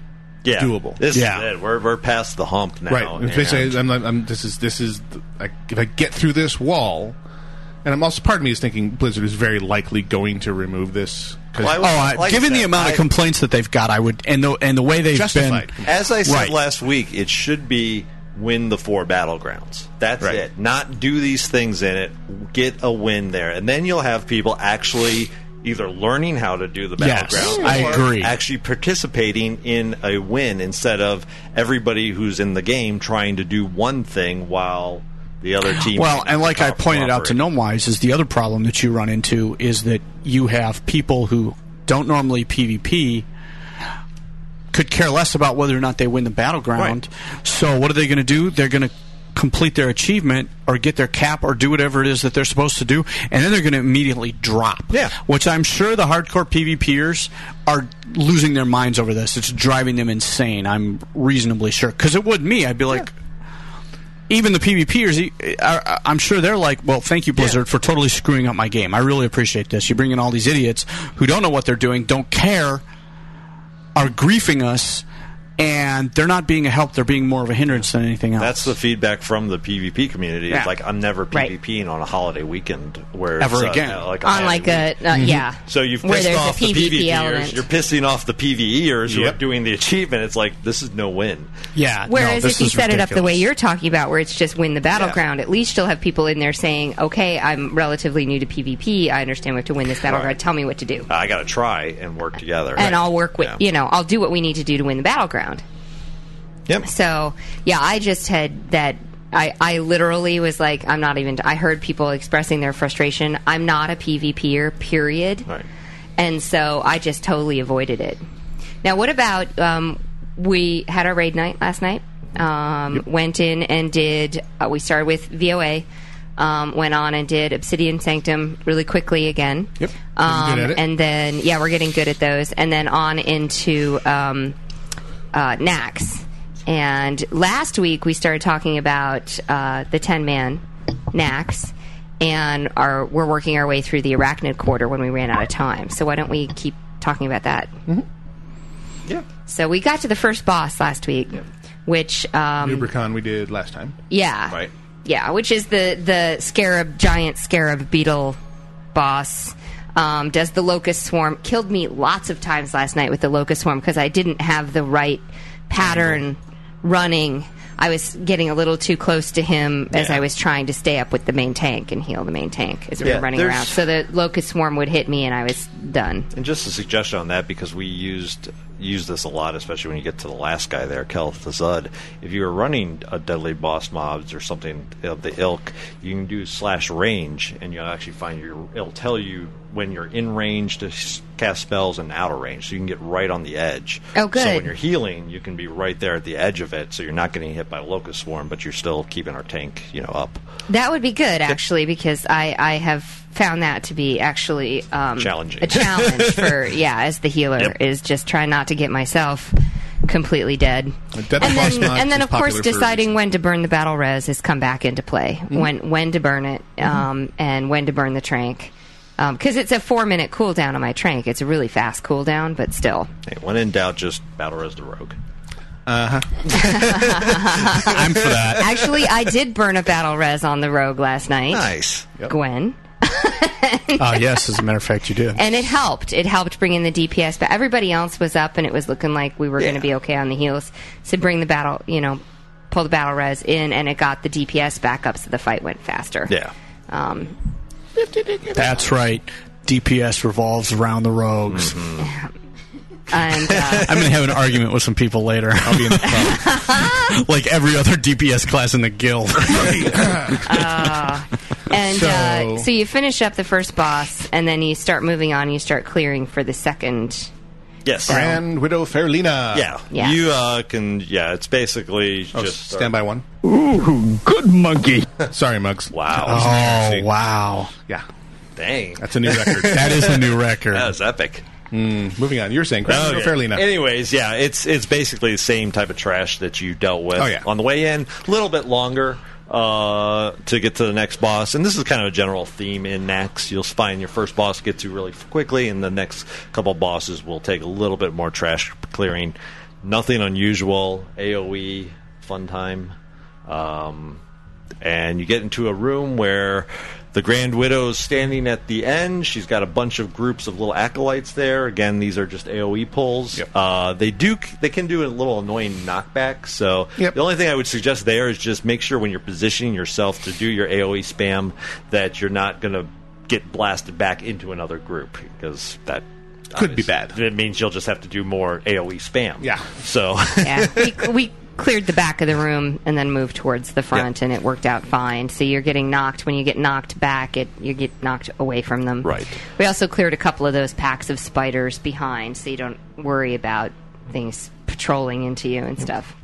Yeah.
doable.
This is it. We're, we're past the hump now.
right. It's
and-
Basically, I'm, I'm, I'm, this is this is the- I, if I get through this wall, and I'm also part of me is thinking Blizzard is very likely going to remove this. 'cause-
Well, I
oh, I, given the amount
I-
of complaints that they've got, I would and the and the way they've
Justified.
been
As I said
Right.
last week, it should be win the four battlegrounds. That's
Right.
it. Not do these things in it. Get a win there, and then you'll have people actually either learning how to do the
Yes,
battlegrounds.
I
or
agree.
Actually participating in a win instead of everybody who's in the game trying to do one thing while the other team.
Well, and like I pointed out to Gnomewise, is the other problem that you run into is that you have people who don't normally PvP could care less about whether or not they win the battleground. So what are they going to do? They're going to complete their achievement or get their cap or do whatever it is that they're supposed to do, and then they're going to immediately drop. Yeah. Which I'm sure the hardcore PvPers are losing their minds over this. It's driving them insane. I'm reasonably sure because it would me. I'd be like even the PvPers, e- are- I'm sure they're like, well, thank you, Blizzard, for totally screwing up my game. I really appreciate this. You bring in all these idiots who don't know what they're doing, don't care, are griefing us, and they're not being a help. They're being more of a hindrance than anything else.
That's the feedback from the PvP community.
Yeah.
It's like I'm never
Right.
PvPing on a holiday weekend where
Ever
it's, uh,
again.
like
on like a uh,
Mm-hmm.
yeah.
So you've
where
pissed
there's
off
a PvP,
the PvPers.
element.
You're pissing off the PvEers who are
Yep.
doing the achievement. It's like this is no win.
Yeah.
Whereas if you set it up the way you're talking about, where it's just win the battleground, at least you'll have people in there saying, "Okay, I'm relatively new to PvP. I understand we have to win this battleground. Tell me what to do,
I got to try and work together.
and I'll work with
Yeah.
you know I'll do what we need to do to win the battleground."
Yep.
So yeah, I just had that. I, I literally was like, I'm not even. I heard people expressing their frustration. I'm not a PvPer, period.
Right.
And so I just totally avoided it. Now, what about um, we had our raid night last night? Um, Went in and did. Uh, we started with VOA. Um, went on and did Obsidian Sanctum really quickly again. Yep. Um,
Getting good at it.
And then yeah, we're getting good at those. And then on into um, uh, Nax. And last week we started talking about uh, the ten man Nax, and our, we're working our way through the Arachnid Quarter when we ran out of time. So why don't we keep talking about that?
Yeah.
So we got to the first boss last week, which um,
Rubicon we did last time.
yeah.
Right.
Yeah, which is the the scarab giant scarab beetle boss. Um, does the locust swarm killed me lots of times last night with the locust swarm because I didn't have the right pattern running. I was getting a little too close to him as
Yeah.
I was trying to stay up with the main tank and heal the main tank as we
Yeah,
were running
there's-
around. So the locust swarm would hit me and I was done.
And just a suggestion on that because we used use this a lot, especially when you get to the last guy there, Kel Thazud. If you are running a deadly boss mobs or something of the ilk, you can do slash range, and you'll actually find your. It'll tell you when you're in range to s- cast spells and out of range, so you can get right on the edge.
Oh, good.
So when you're healing, you can be right there at the edge of it, so you're not getting hit by locust swarm, but you're still keeping our tank, you know, up.
That would be good, actually, because I, I have found that to be actually um,
Challenging.
A challenge for yeah, as the healer
Yep.
is just trying not to get myself completely dead.
dead
and
boss
then,
mobs
and then
is
of course,
popular for a
deciding when to burn the battle res has come back into play.
Mhm.
When when to burn it,
Mm-hmm.
um, and when to burn the trank, because it's a four minute cooldown on my trank. It's a really fast cooldown, but still.
Hey, when in doubt, just battle as the rogue.
Uh huh.
I'm
for that.
Actually, I did burn a battle res on the rogue last night.
Nice.
Gwen.
Ah, yes. As a matter of fact, you did.
And it helped. It helped bring in the DPS, but everybody else was up, and it was looking like we were going to be okay on the heels. So bring the battle, you know, pull the battle res in, and it got the DPS back up, so the fight went faster.
Yeah.
Um,
That's right. DPS revolves around the rogues.
and uh,
I'm gonna have an argument with some people later. I'll be in the club. like every other DPS class in the guild.
uh, and so. Uh,
So-
so you finish up the first boss, and then you start moving on. You start clearing for the second.
Yes.
Grand Widow Fairlina.
Yeah.
Yeah.
You uh, can, yeah, it's basically
Oh,
just.
Stand by one.
Ooh, good monkey.
Sorry, Mugs.
Wow.
oh wow.
Yeah.
Dang.
That's a new record.
That is a new record.
That was epic.
Mm, moving on. You're saying
Oh,
Grand Widow Fairlina.
Anyways, yeah, it's it's basically the same type of trash that you dealt with
Oh, yeah.
on the way in. A little bit longer uh, to get to the next boss, and this is kind of a general theme in Nax. You'll find your first boss gets you really quickly, and the next couple bosses will take a little bit more trash clearing. Nothing unusual. AOE fun time. Um, and you get into a room where the Grand Widow's standing at the end. She's got a bunch of groups of little acolytes there. Again, these are just AOE pulls. Uh, they do they can do a little annoying knockback. So the only thing I would suggest there is just make sure when you're positioning yourself to do your AOE spam that you're not going to get blasted back into another group because that. Could be bad. It means you'll just have to do more AOE spam. Yeah. So
Yeah, we, we cleared the back of the room and then moved towards the front, and it worked out fine. So you're getting knocked. When you get knocked back, it you get knocked away from them. Right. We also cleared a couple of those packs of spiders behind, so you don't worry about things patrolling into you and stuff.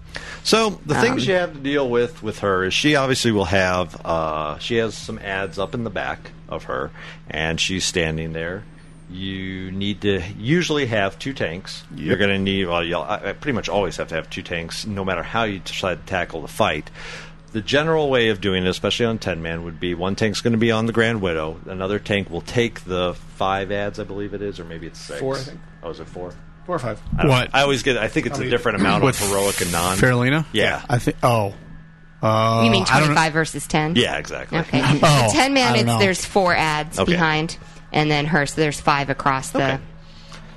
So the
Um,
things you have to deal with with her is she obviously will have uh, she has some ads up in the back of her, and she's standing there. You need to usually have two tanks. You're going to need well, you'll I, I pretty much always have to have two tanks, no matter how you decide to tackle the fight. The general way of doing it, especially on ten man, would be one tank's going to be on the Grand Widow, another tank will take the five ads, I believe it is, or maybe it's six.
Four, I think.
Oh, is it four?
Four or five.
I don't-
What?
I always get. I think it's
How
a
many-
different amount of
With
heroic and non.
Fairlina?
Yeah.
I think. Oh. Uh,
you mean
I don't know.
25 versus 10?
Yeah, exactly.
Okay.
Oh,
The 10
I
man,
don't
it's,
know.
there's four ads
Okay.
behind, and then her, so there's five across the.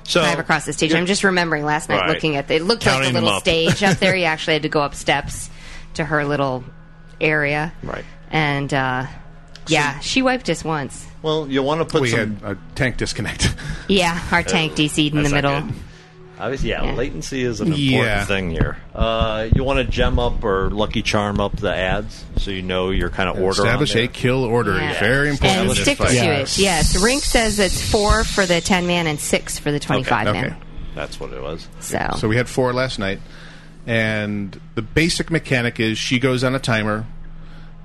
So
five across the stage. I'm just remembering last night
Right.
looking at the, it looked
Counting
like a
them
little
up.
stage up there. You actually had to go up steps to her little area.
Right.
And uh, yeah, she wiped us once.
Well, you'll want to put
we
some-
had a tank disconnect.
Yeah, our tank DC'd in the
Uh, that's not
middle.
good. Obviously, yeah,
Yeah.
latency is an important
Yeah.
thing here. Uh, you want to gem up or lucky charm up the ads so you know your kind of order.
Establish
on there.
a kill order.
Yeah.
Very important.
And
in this
stick
fight.
to it. Yes, Rink says it's four for the 10 man and six for the 25
Okay.
man.
That's what it was.
So.
we had four last night, and the basic mechanic is she goes on a timer.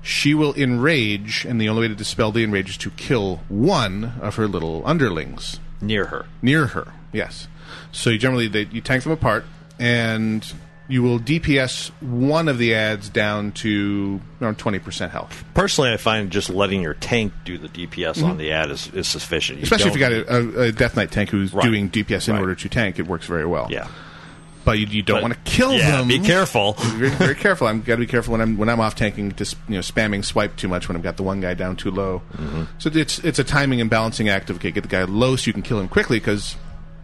She will enrage, and the only way to dispel the enrage is to kill one of her little underlings
near her.
Near her, yes. So you generally they, you tank them apart, and you will DPS one of the ads down to around twenty percent health.
Personally, I find just letting your tank do the DPS
Mhm.
on the ad is, is sufficient.
Especially if you
don't-
got a, a, a Death Knight tank who's
Right.
doing DPS in order to tank, it works very well.
Yeah.
But you, you don't
But-
want to kill
yeah,
them.
be careful.
Very, very careful. I'm got to be careful when I'm when I'm off tanking, just you know, spamming swipe too much when I've got the one guy down too low. So it's it's a timing and balancing act of okay, get the guy low so you can kill him quickly because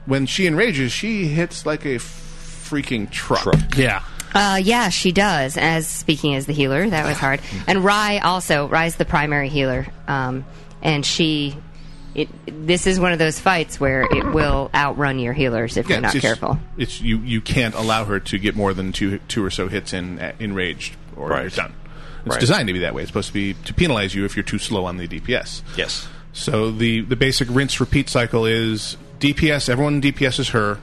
when she enrages, she hits like a freaking truck.
Yeah.
Uh, yeah, she does. As speaking as the healer, that was hard. And Rye also, Rye's the primary healer, um, and she it, this is one of those fights where it will outrun your healers if you're
Yeah,
not
it's-
careful.
It's you. You can't allow her to get more than two two or so hits in uh, enraged, or you're done. It's
Right.
designed to be that way. It's supposed to be to penalize you if you're too slow on the DPS.
Yes.
So the the basic rinse repeat cycle is DPS. Everyone DPSs her.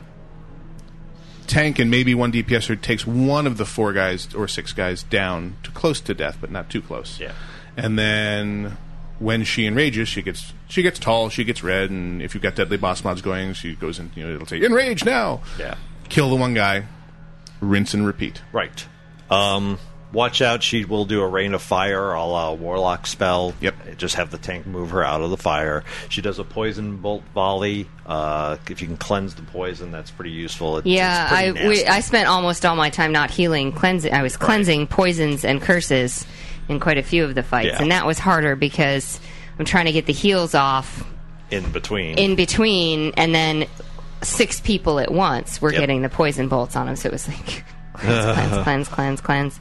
Tank and maybe one DPSer er takes one of the four guys or six guys down to close to death, but not too close. Yeah. And then when she enrages, she gets she gets tall, she gets red, and if you've got deadly boss mods going, she goes in. You know, it'll say enrage now.
Yeah.
Kill the one guy. Rinse and repeat.
Right. Um, watch out. She will do a rain of fire, a la warlock spell. Yep. Just have the tank move her out of the fire. She does a poison bolt volley. Uh, if you can cleanse the poison, that's pretty useful. It-
Yeah,
it's
I
pretty
we,
nasty.
I spent almost all my time not healing, cleansing. I was cleansing poisons and curses in quite a few of the fights,
Yeah.
and that was harder because I'm trying to get the heals off
in between.
in between, and then six people at once were
Yep.
getting the poison bolts on them. So it was like cleanse, cleanse, cleanse, cleanse,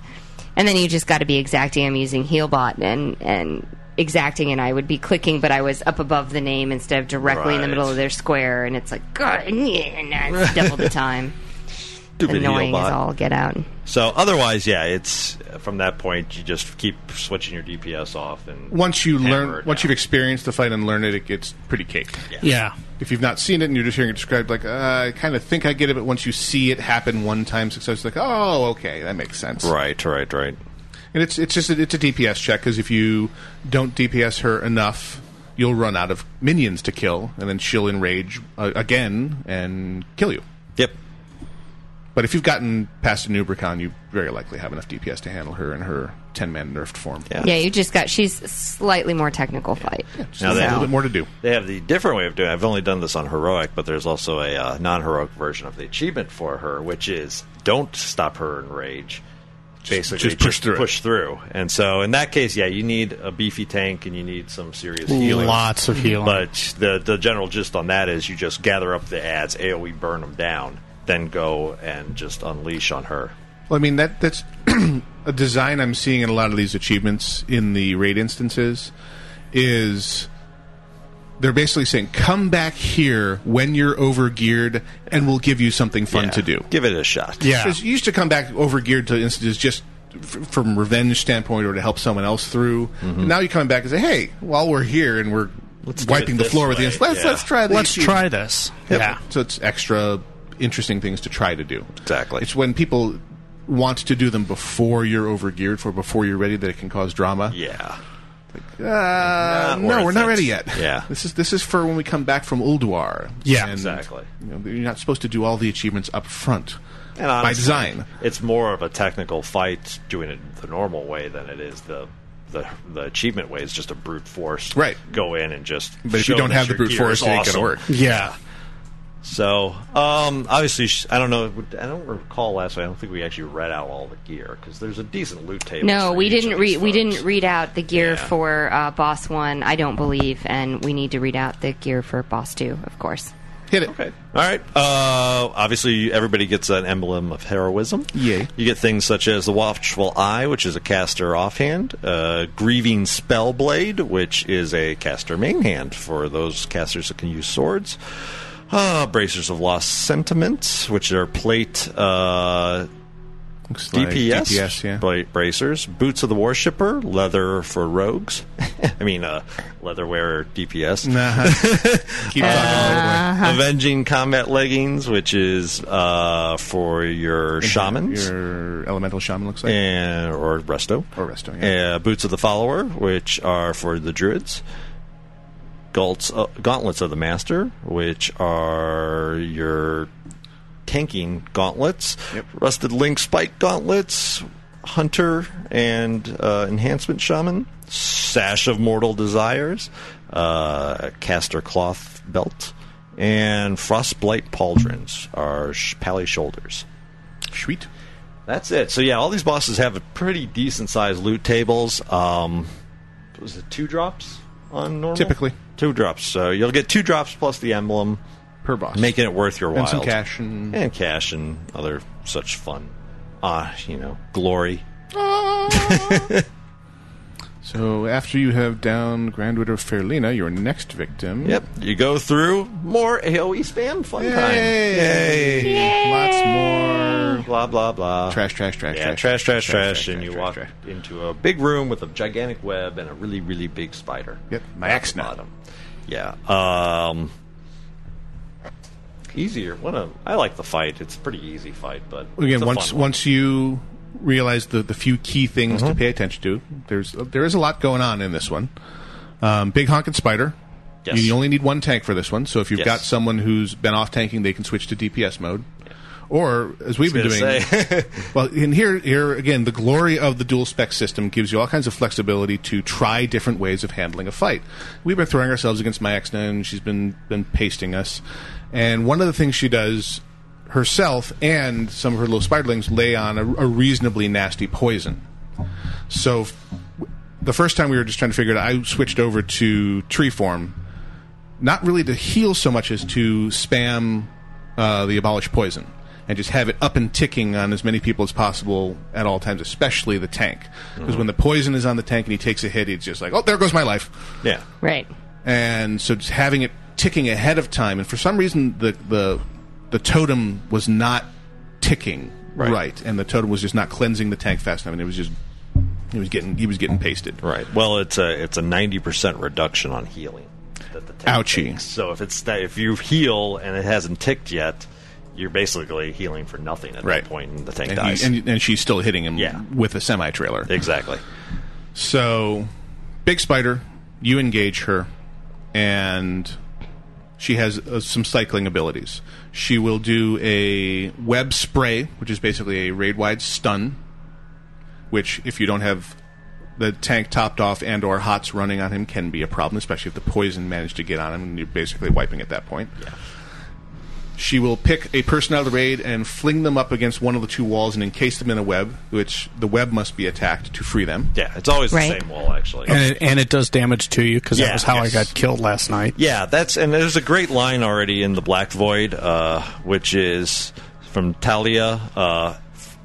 and then you just got to be exacting. I'm using Healbot and and exacting, and I would be clicking, but I was up above the name instead of directly in the
Right.
middle of their square, and it's like God, yeah, nah, it's double the time.
Stupid
Annoying
Healbot.
as all get out.
So otherwise, yeah, it's from that point you just keep switching your DPS off and
Once you
hammer
learn, once you've experienced the fight and learn it, it gets pretty cake.
Yeah.
If you've not seen it and you're just hearing it described, like uh, I kind of think I get it, but once you see it happen one time successfully, like oh, okay, that makes sense.
Right, right, right.
And it's it's just a, it's a DPS check because if you don't DPS her enough, you'll run out of minions to kill, and then she'll enrage uh, again and kill you.
Yep.
But if you've gotten past a Nubricon, you very likely have enough DPS to handle her in her ten man nerfed form.
Yeah, you just got. She's slightly more technical fight.
Now they
So-
have-
more to do.
They have the different way of doing. it. I've only done this on heroic, but there's also a uh, non-heroic version of the achievement for her, which is don't stop her in rage. Basically,
just push through it.
Push through, and so in that case, yeah, you need a beefy tank and you need some serious
Ooh,
healing.
lots of healing.
But the the general gist on that is you just gather up the ads, AOE, burn them down, then go and just unleash on her.
Well, I mean that that's a design I'm seeing in a lot of these achievements in the raid instances is they're basically saying come back here when you're overgeared and we'll give you something fun
Yeah.
to do.
Give it a shot.
So you used to come back overgeared to instances just f- from revenge standpoint or to help someone else through. And now you're coming back and say, hey, while we're here and we're
Mm-hmm. do
wiping
it
the
this
floor with the
way.
inst- let's
Yeah.
let's try this.
Let's try this. Yeah.
So it's extra interesting things to try to do.
Exactly.
It's when people want to do them before you're overgeared for before you're ready that it can cause drama.
Yeah.
Uh,
Not
no, we're
worth
not
it.
ready yet.
Yeah.
This is this is for when we come back from Ulduar.
Yeah.
And,
Exactly.
You know, you're not supposed to do all the achievements up front.
And honestly,
by design.
it's more of a technical fight doing it the normal way than it is the the, the achievement way. It's just a brute force.
Right.
Go in and just.
But if
show
you don't
that
have the
your
brute
gear
force,
is
it ain't gonna
awesome.
work.
Yeah.
So, um, obviously, sh- I don't know. I don't recall last week. I don't think we actually read out all the gear because there's a decent loot table.
No,
for
we
each of
didn't
these
read. We
folks.
didn't read out the gear
Yeah.
for uh, boss one. I don't believe, and we need to read out the gear for boss two, of course.
Hit it.
Okay. All right. Uh, obviously, you- everybody gets an emblem of heroism.
Yay.
You get things such as the Watchful Eye, which is a caster offhand, uh, Grieving Spellblade, which is a caster main hand for those casters that can use swords, uh, Bracers of Lost Sentiment, which are plate. Uh,
like
DPS,
DPS, yeah.
bla- bracers, boots of the worshipper, leather for rogues. I mean, uh, leather wearer DPS.
Keep
uh,
talking all the way.
Avenging Combat Leggings, which is uh, for your shamans.
Your elemental shaman looks like.
and, or Resto.
Or Resto,
Uh, Boots of the Follower, which are for the Druids. Gaunts, uh, gauntlets of the Master, which are your tanking gauntlets. Rusted Link Spike gauntlets. Hunter and uh, Enhancement Shaman. Sash of Mortal Desires. Uh, caster Cloth Belt. And Frostblight Pauldrons are sh- pally shoulders.
Sweet.
That's it. So yeah, all these bosses have pretty decent sized loot tables. Um, was it two drops on normal?
Typically.
two drops. So you'll get two drops plus the emblem
per boss,
making it worth your while.
And some cash and-
and cash and other uh, such fun, ah, you know, glory.
So after you have downed Grand Widow Fairlina, your next victim.
Yep, you go through more AOE spam fun time.
Yay. Lots more.
Blah blah blah.
Trash, trash, trash,
yeah,
trash,
trash, trash, trash,
trash, trash,
and
trash,
you
trash,
walk
trash.
into a big room with a gigantic web and a really, really big spider.
Yep, my
axe bottom. Yeah. Um, easier. One of I like the fight. It's a pretty easy fight, but
Again,
it's a
once
fun one.
once you realize the the few key things to pay attention to, there's there is a lot going on in this one. Um, big honkin' spider.
Yes.
You only need one tank for this one, so if you've
Yes.
got someone who's been off tanking, they can switch to DPS mode. Or as we've
I
been
was
doing, well, in here, here again, the glory of the dual spec system gives you all kinds of flexibility to try different ways of handling a fight. We've been throwing ourselves against my ex and she's been been pasting us. And one of the things she does herself and some of her little spiderlings lay on a, a reasonably nasty poison. So f- w- the first time we were just trying to figure it out, I switched over to tree form, not really to heal so much as to spam uh, the abolish poison and just have it up and ticking on as many people as possible at all times, especially the tank. Because when the poison is on the tank and he takes a hit, he's just like, oh, there goes my life.
Yeah.
Right.
And so just having it ticking ahead of time, and for some reason the the the totem was not ticking right, and the totem was just not cleansing the tank fast enough, and it was just he was getting he was getting pasted.
Right. Well, it's a it's a ninety percent reduction on healing. That the tick
Ouchie.
takes. So if it's that if you heal and it hasn't ticked yet, you're basically healing for nothing at that point, and the tank
And, he-
dies.
and, and she's still hitting him with a semi trailer.
Exactly.
So, Big Spider, you engage her, and she has uh, some cycling abilities. She will do a web spray, which is basically a raid wide stun, which, if you don't have the tank topped off and or hots running on him can be a problem especially if the poison managed to get on him and you're basically wiping at that point she will pick a person out of the raid and fling them up against one of the two walls and encase them in a web, which the web must be attacked to free them.
Yeah, it's always the same wall actually.
And it, and it does damage to you because
Yeah,
that was how
yes.
I got killed last night.
Yeah, that's and there's a great line already in the Black Void, uh, which is from Talia. Uh, f-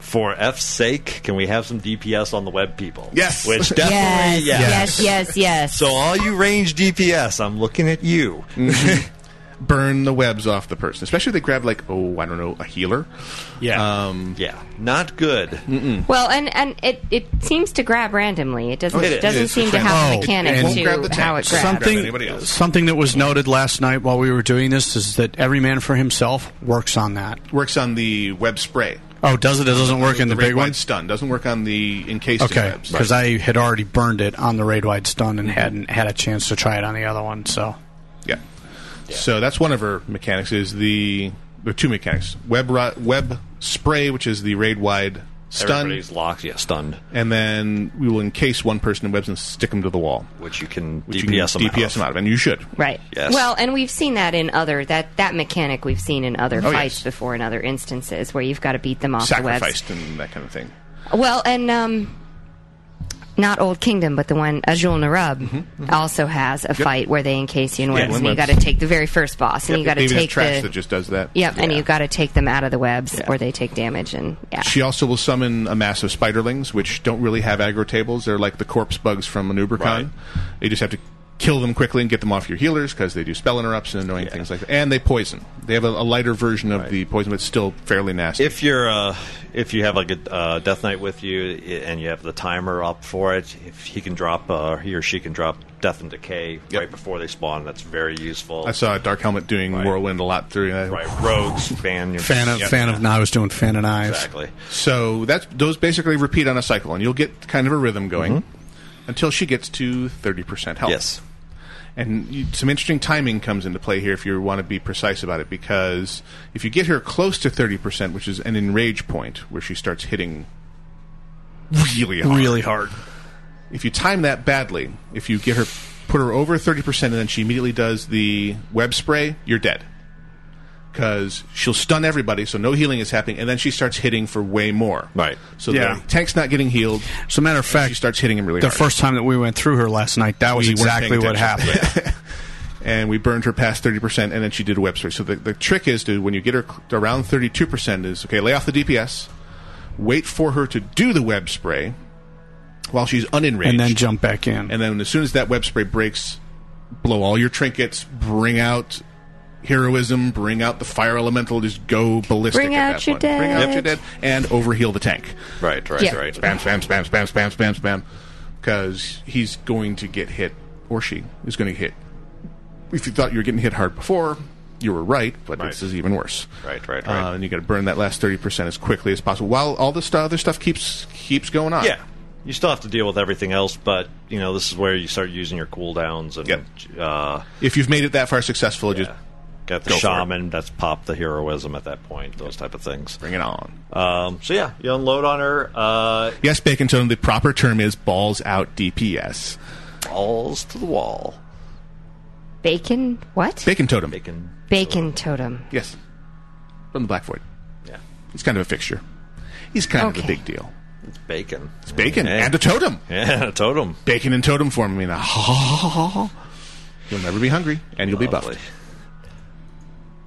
for F's sake, can we have some DPS on the web, people?
Yes.
which definitely
yes, yes, yes, yes.
So all you range DPS, I'm looking at you.
Burn the webs off the person, especially if they grab like oh I don't know a healer.
Yeah,
um,
yeah, not good.
Mm-mm.
Well, and, and it, it seems to grab randomly. It doesn't it doesn't seem to have a mechanic
and
to how it grabs.
Something, something that was noted last night while we were doing this is that every man for himself works on that.
works on the web spray.
Oh, does it? It doesn't work in the
raid
big
wide
one?
Stun doesn't work on the encased
Okay,
webs
because I had already burned it on the raid wide stun and hadn't had a chance to try it on the other one. So
Yeah. So that's one of her mechanics. Is the there are two mechanics: web ro- web spray, which is the raid wide stun,
Everybody's locked. Yeah, stunned.
and then we will encase one person in webs and stick them to the wall,
which you can
DPS
DPS them out
DPS
of.
them out of, and you should.
Right.
Yes.
Well, and we've seen that in other that that mechanic we've seen in other
Oh,
fights
yes.
before in other instances where you've got to beat them off
sacrificed and that kind of thing.
the webs. Well, and um not Old Kingdom, but the one Azul Narub also has a fight where they encase you in
Mm-hmm, Yeah,
webs, and you
webs.
got to take the very first boss, and
Yep,
you got to
even
take
trash
the
that just does that.
Yep, and you got to take them out of the webs, or they take damage, and yeah.
She also will summon a mass of spiderlings, which don't really have aggro tables. They're like the corpse bugs from an Ubercon. You just have to kill them quickly and get them off your healers because they do spell interrupts and annoying things like that. And they poison. They have a, a lighter version of the poison, but it's still fairly nasty.
If you're uh, if you have like a uh, death knight with you i- and you have the timer up for it, if he can drop uh, he or she can drop death and decay right before they spawn. That's very useful.
I saw Dark Helmet doing whirlwind a lot through that.
right rogues fan your
fan of
Yep.
fan of I was doing fan and knives.
Exactly.
So that's those basically repeat on a cycle, and you'll get kind of a rhythm going until she gets to thirty percent health. Yes, and you, some interesting timing comes into play here if you want to be precise about it, because if you get her close to thirty percent, which is an enrage point where she starts hitting really hard,
really hard.
If you time that badly, if you get her put her over thirty percent, and then she immediately does the web spray, you're dead because she'll stun everybody, so no healing is happening, and then she starts hitting for way more. Right. So
Yeah.
the tank's not getting healed.
As a matter of fact, she
starts hitting him really
the
hard.
first time that we went through her last night, that was
We weren't
exactly
paying
what
attention.
happened.
and we burned her past 30%, and then she did a web spray. So the, the trick is to, when you get her cl- to around 32%, is okay, lay off the DPS, wait for her to do the web spray, while she's unenraged,
And then jump back in.
And then as soon as that web spray breaks, blow all your trinkets, bring out heroism, bring out the fire elemental, just go ballistic.
Bring
at
out
that
your
point. Bring out
dead.
your dead, and overheal the tank. Right,
right, Yeah. right.
Spam, spam, spam, spam, spam, spam, spam, because he's going to get hit, or she is going to hit. If you thought you were getting hit hard before, you were right, but this is even worse.
Right, right, right.
Uh, and you got to burn that last thirty percent as quickly as possible, while all this other stuff keeps keeps going on.
Yeah. You still have to deal with everything else, but you know this is where you start using your cooldowns and uh,
If you've made it that far successful, just
got the
Go for it.
shaman. That's pop the heroism at that point. Those type of things.
Bring it on.
Um, so yeah, you unload on her. Uh,
yes, Bacon Tone. The proper term is balls out DPS.
balls to the wall.
Bacon? What?
Bacon Totem.
Bacon.
Bacon totem.
Yes. From the Black Void.
Yeah.
He's kind of a fixture. He's kind of a
Okay.
big deal.
It's bacon.
It's bacon and a totem.
Yeah, a totem.
Bacon and totem form. I mean, ah, you'll never be hungry and you'll be
Lovely.
buffed.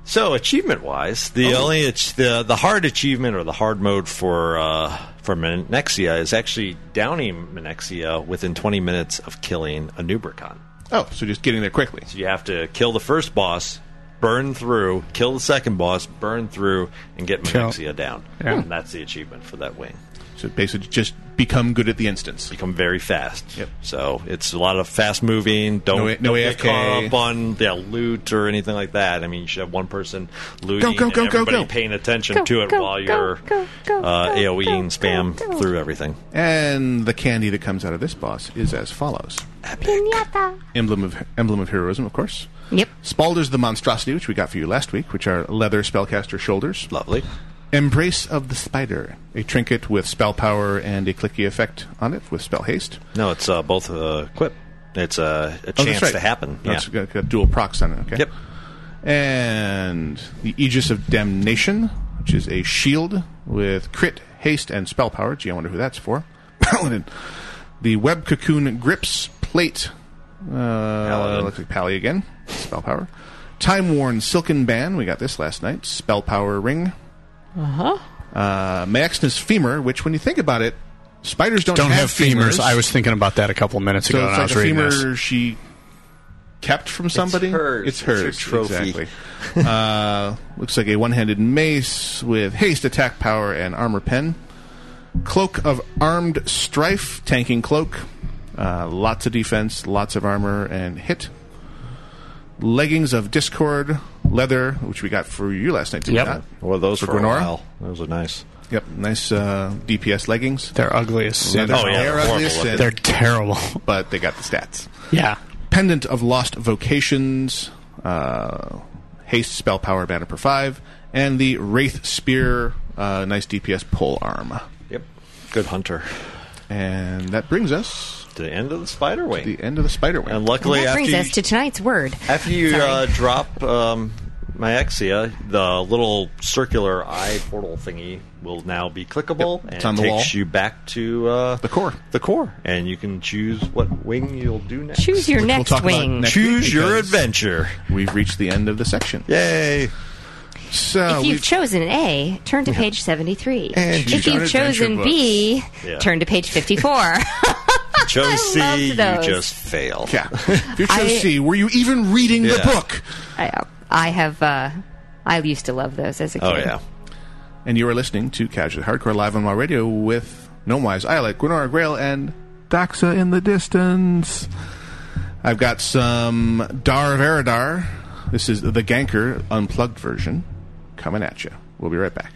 So achievement wise, the
Oh.
only it's the the hard achievement or the hard mode for uh, for Menexia is actually downing Menexia within 20 minutes of killing a Nubricon.
Oh, so just getting there quickly.
So you have to kill the first boss, burn through, kill the second boss, burn through, and get
Kill.
Menexia down.
Yeah.
And that's the achievement for that wing.
So basically, just become good at the instance.
Become very fast. Yep. So it's a lot of fast moving. Don't,
No A- no
don't get
AFK.
caught up on yeah, loot or anything like that. I mean, you should have one person looting
go, go,
and
go,
everybody
go.
paying attention
Go,
to it
go, go,
while you're uh, AOEing spam through everything.
And the candy that comes out of this boss is as follows:
Pinata.
emblem of emblem of heroism, of course.
Yep.
Spalder's the monstrosity, which we got for you last week, which are leather spellcaster shoulders.
Lovely.
Embrace of the Spider, a trinket with spell power and a clicky effect on it with spell haste.
No, it's uh, both uh, quip. It's uh, a
Oh,
chance
that's right.
to happen.
No,
Yeah.
it's got, got dual procs on it. Okay.
Yep.
And the Aegis of Damnation, which is a shield with crit, haste, and spell power. Gee, I wonder who that's for. Paladin. The Web Cocoon Grips Plate. Uh, Looks like Pally again. Spell power. Time Worn Silken Band. We got this last night. Spell power ring.
Uh huh.
Uh, Maxnus Femur, which when you think about it, spiders don't,
Don't have femurs.
femurs.
I was thinking about that a couple minutes
So
ago.
it's
and I
like
was
a
reading
femur
this.
she kept from somebody.
hers.
It's
It's her
hers.
trophy.
Exactly. uh, looks like a one-handed mace with haste, attack power, and armor pen. Cloak of armed strife, tanking cloak. Uh, lots of defense, lots of armor, and hit. Leggings of discord, leather, which we got for you last night. Did we not?
What are those for,
for
a
Gwenora?
while? Those are nice.
Yep, nice uh, DPS leggings.
They're ugly as sin.
Leather-
Oh, yeah,
they're
they're
ugly as
horrible
sin.
looking. They're terrible.
But they got the stats.
Yeah.
Pendant of Lost Vocations, uh, Haste Spell Power Banner per 5, and the Wraith Spear, uh, nice DPS pole arm.
Yep. Good hunter.
And that brings us
To the end of the spider wing.
the end of the spider wing.
And luckily,
that
after
brings
you,
us to tonight's word.
after you uh, drop um, Myexia, the little circular eye portal thingy will now be clickable, and
It's on
it
the
takes
wall.
you back to uh, the
core.
The core, and you can choose what wing you'll do next.
Choose your Which we'll next talk about wing. next
choose
week
your
because-
adventure.
We've reached the end of the section.
Yay!
So
if you've
Oh, we've-
chosen A, turn to page 73.
And
if
choose
you've
your adventure
chosen B,
Yeah.
turn to page 54.
Chose C, you
loved those.
just fail.
Yeah. if you chose
I-
C, were you even reading the
Yeah.
book?
I, I have, uh, I used to love those as a
Oh,
Oh,
kid.
And you are listening to Casually Hardcore live on my radio with Gnomewise, Islet, Gwenora Grail, and Doxa in the distance. I've got some Dar of Eridar. This is the Ganker unplugged version coming at you. We'll be right back.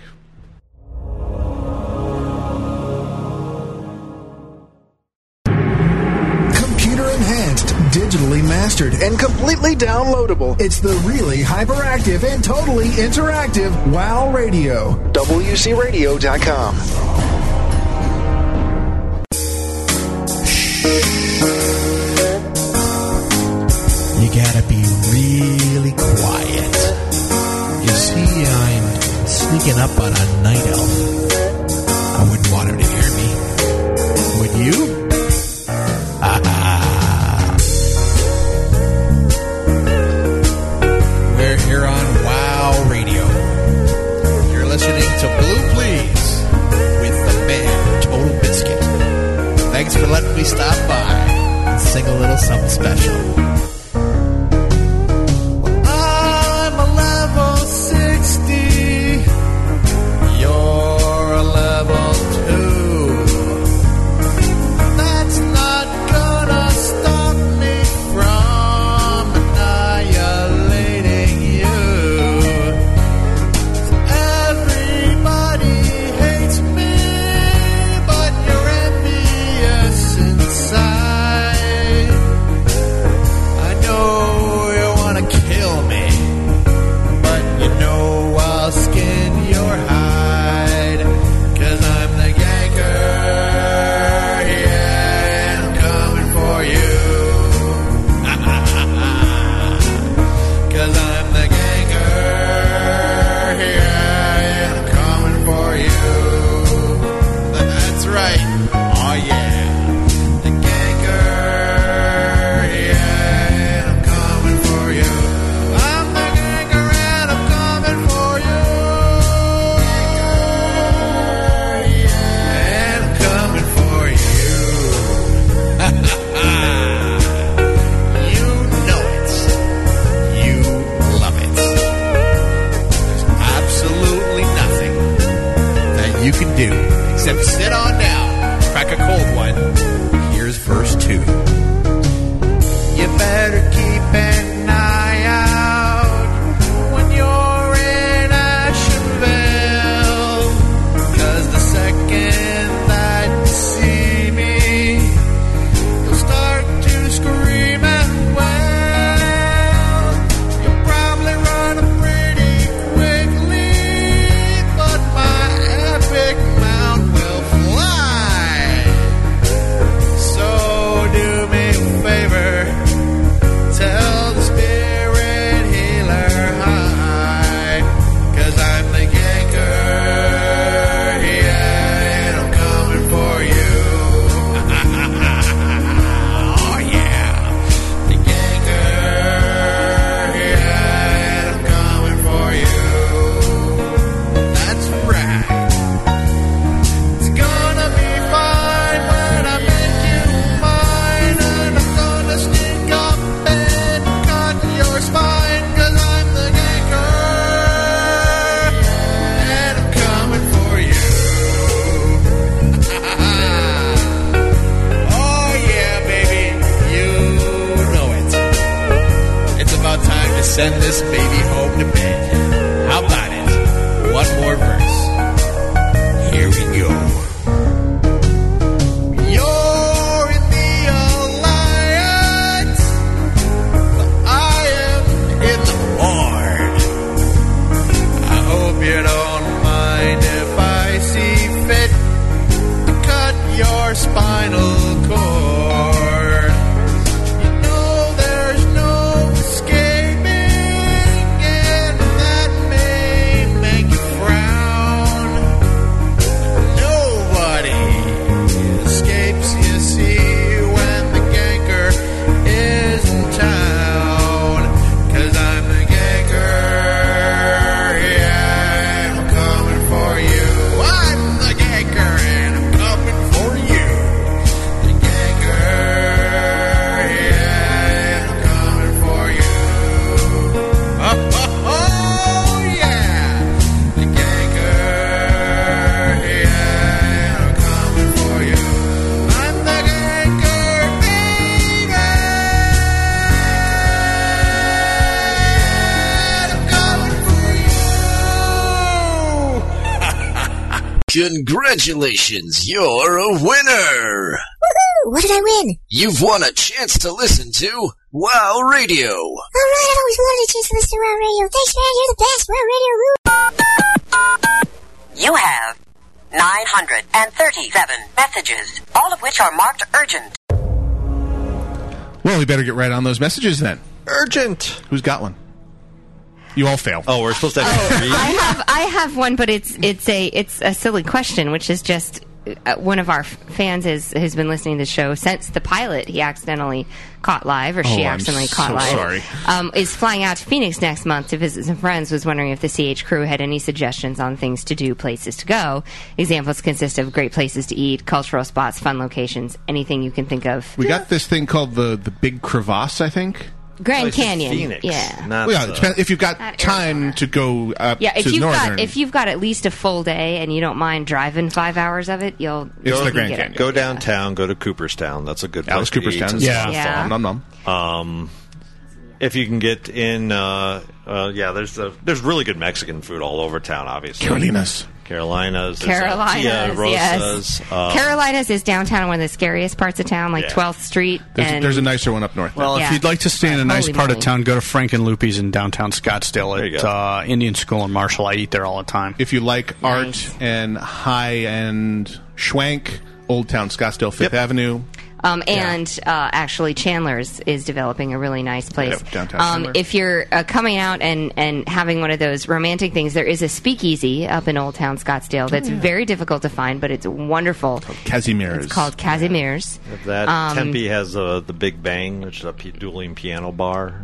Computer enhanced, digitally mastered, and completely downloadable. It's the really hyperactive and totally interactive WoW Radio. WCRadio.com.
You gotta be really quiet. You see, I'm sneaking up on a night elf. I wouldn't want her to hear me. Would you? Ah. We're here on WoW Radio. You're listening to Blue Please with the band Total Biscuit. Thanks for letting
something special.
I'm a level 60. You're a level 2. That's not gonna stop me from annihilating you. Everybody hates me, but you're envious inside. I know you wanna kill me, but you know I'll skin your hide. Cause I'm the ganker, yeah, and I'm coming for you. Cause I'm the ganker, yeah, and I'm coming for you. That's right, oh yeah. The ganker, yeah, and I'm coming for you. I'm the ganker and I'm coming for you. Yeah, and I'm coming for you. you know it. You love it. There's absolutely nothing that you can do except sit on down, crack a cold one. Here's verse two. You better keep an eye out when you're in Asheville. Cause the second that you see me, you'll start to scream and wail. You'll probably run pretty quickly, but my epic mount will fly. So do me a favor, tell the spirit healer hi, cause I'm the ganker, yeah, and I'm coming for you. oh yeah, the ganker, yeah, and I'm coming for you. That's right. It's gonna be fine when I make you mine, and I'm gonna sneak up and cut your spine, cause I'm the ganker, and I'm coming for you. oh yeah, baby, you know it. It's about time to send this baby home to bed. How about it? One more verse. Here we go. You're in the alliance. I am in the ward. I hope you don't mind if I see fit to cut your spinal cord. You know there's no escaping, and that may make you frown. Nobody escapes, you see, when the ganker is in town. Cause I'm the ganker, yeah, and I'm coming for you. I'm the ganker, and I'm coming for you. The ganker, yeah, and I'm coming for you. Oh, oh, oh yeah! The ganker, yeah, I'm coming for you. I'm the ganker, baby, and I'm coming for you.
Congratulations, you're a winner!
Woohoo! What did I win?
You've won a chance to listen to Wow Radio.
All right, I've always wanted a chance to listen to Raw Radio. Thanks, man. You're the best. Raw Radio rules.
You have 937 messages, all of which are marked urgent.
Well, we better get right on those messages then. Urgent. Who's got one? You all fail.
Oh, we're supposed to have three.
I have I have one, but it's it's a it's a silly question, which is just uh, one of our f- fans is, has been listening to the show since the pilot he accidentally caught live, or she
Oh, I'm
accidentally
so
caught live.
sorry.
Um, is flying out to Phoenix next month to visit some friends. Was wondering if the CH crew had any suggestions on things to do, places to go. Examples consist of great places to eat, cultural spots, fun locations, anything you can think of.
We got this thing called the the Big Crevasse, I think.
Grand
Places
Canyon,
Phoenix,
yeah,
Well, yeah, it
uh,
depends- if you've
Not
got time to go up
yeah. If
to
you've
northern,
got if you've got at least a full day and you don't mind driving five hours of it, you'll
Go-
you can get up
Go downtown. Go to Cooperstown. That's a good place.
was
to eat
Cooperstown.
and
Yeah.
stuff.
Yeah. Nom
Um, if you can get in, uh, uh, yeah, there's the, there's really good Mexican food all over town. Obviously,
Carolinas,
Carolinas, there's, uh,
Carolinas,
Tia Rosa's,
yes.
um,
Carolinas is downtown, one of the scariest parts of town, like
Yeah.
12th Street.
there's,
and
there's a nicer one up north.
Well, if
Yeah.
you'd like to stay in a nice
Holy
part
moly.
of town, go to Frank and Loopy's in downtown Scottsdale at uh, Indian School in Marshall. I eat there all the time.
If you like art and high end schwank, Old Town Scottsdale Fifth Avenue.
um, and uh, actually, Chandler's is developing a really nice place.
Yep, downtown
um,
Chandler.
if you're uh, coming out and, and having one of those romantic things, there is a speakeasy up in Old Town Scottsdale that's
Oh,
very difficult to find, but it's wonderful.
Casimir's.
It's called Casimir's.
If that
Um,
Tempe has uh, the Big Bang, which is a p- dueling piano bar.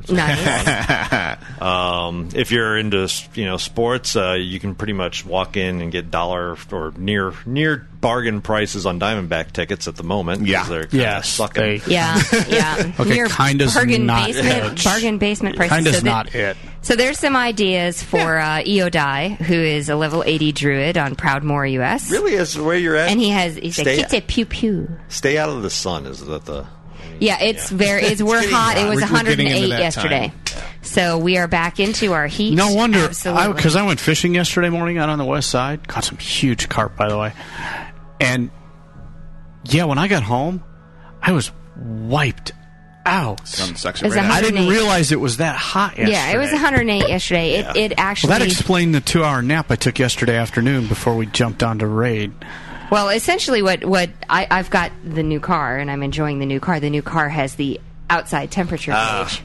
Nice.
um, if you're into s- you know sports, uh, you can pretty much walk in and get dollar or near near bargain prices on Diamondback tickets at the moment. 'cause
Yeah.
they're kinda
Yes,
sucking.
they-
Yeah, yeah.
Okay,
Near
kinda's
bargain
not
basement,
it.
bargain basement prices.
Kinda's
So that-
not it.
So there's some ideas for uh, Eodai, who is a level 80 druid on Proudmoore, U.S.
Really, is where you're at.
And he has he's
Stay-
a kite pew pew.
Stay out of the sun. Is that the?
Yeah, it's very it's we're
getting
hot. It
hot.
was
We're- we're getting
108
into that
yesterday, so we are back into our heat.
No wonder,
Absolutely.
because I, went fishing yesterday morning out on the west side. Caught some huge carp, by the way. And yeah, when I got home, I was wiped out.
Sunsucks
it It's right out.
I didn't
108.
realize it was that hot. Yesterday.
yeah, it was 108 yesterday. It it actually
Well, that explained the two-hour nap I took yesterday afternoon before we jumped onto raid.
Well, essentially, what what I, I've got the new car, and I'm enjoying the new car. The new car has the outside temperature
Ah.
gauge.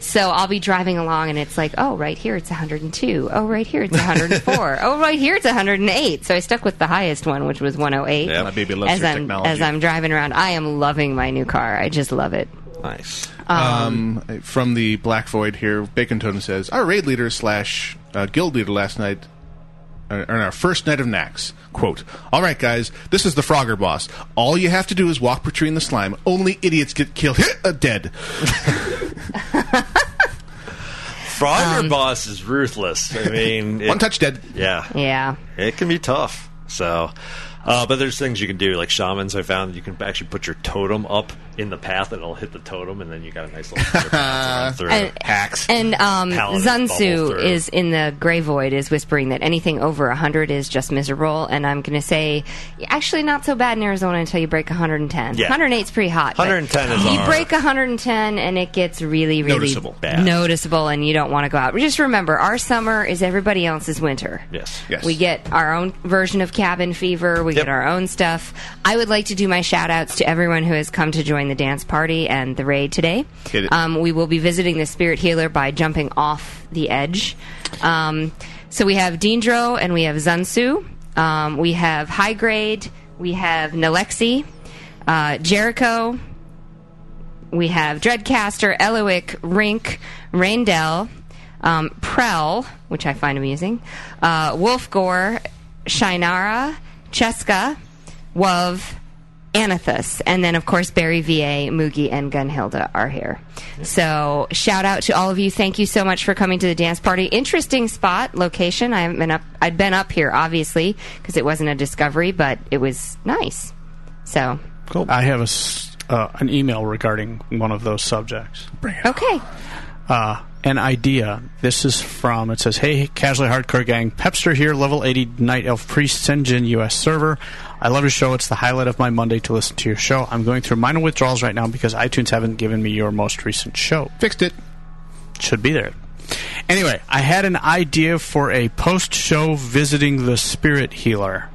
So I'll be driving along, and it's like, oh, right here it's 102. Oh, right here it's 104. oh, right here it's 108. So I stuck with the highest one, which was 108.
Yeah, my baby loves
as
your
I'm
technology.
as I'm driving around, I am loving my new car. I just love it.
Nice.
Um, from the Black Void here, Bacon Tone says our raid leader slash uh, guild leader last night. uh, On our first night of Nax, quote, All right, guys, this is the Frogger boss. All you have to do is walk between the slime. Only idiots get killed. uh, Dead.
Frogger
Um,
boss is ruthless. I mean,
One touch dead.
Yeah,
Yeah.
it can be tough. So, uh, but there's things you can do. Like shamans, I found you can actually put your totem up in the path, and it'll hit the totem, and then you got a nice little clear path to run through.
And- And um,
Paladins bubble
Zunsu
through.
is in the Grey Void is whispering that anything over 100 is just miserable. And I'm going to say, actually, not so bad in Arizona until you break 110.
Yeah.
108 is pretty hot. but
110 is
You
our-
break 110 and it gets really, really
Noticeable. Bad.
noticeable, and you don't want to go out. Just remember, our summer is everybody else's winter.
Yes.
We get our own version of cabin fever. We get our own stuff. I would like to do my shout outs to everyone who has come to join the dance party and the raid today.
Hit it.
Um, we will be visiting the spirit healer by jumping off the edge. Um, so we have Deandro and we have Zunsu. Um, we have High Grade. We have Nalexi, uh, Jericho. We have Dreadcaster, Eloic, Rink, Raindell, um, Prell, which I find amusing, uh, Wolfgore, Shinara, Cheska, Wov, Anathus, and then of course Barry VA, Moogie, and Gunhilda are here. So shout out to all of you. Thank you so much for coming to the dance party. Interesting spot, location. I haven't been up. I'd been up here obviously because it wasn't a discovery, but it was nice. So
Cool. I have a s uh, an email regarding one of those subjects.
okay.
uh, an idea. This is from, it says, Hey, casually hardcore gang, Pepster here, level 80 Night Elf Priest, Senjin US server. I love your show. It's the highlight of my Monday to listen to your show. I'm going through minor withdrawals right now because iTunes haven't given me your most recent show.
Fixed it.
Should be there. Anyway, I had an idea for a post show visiting the spirit healer.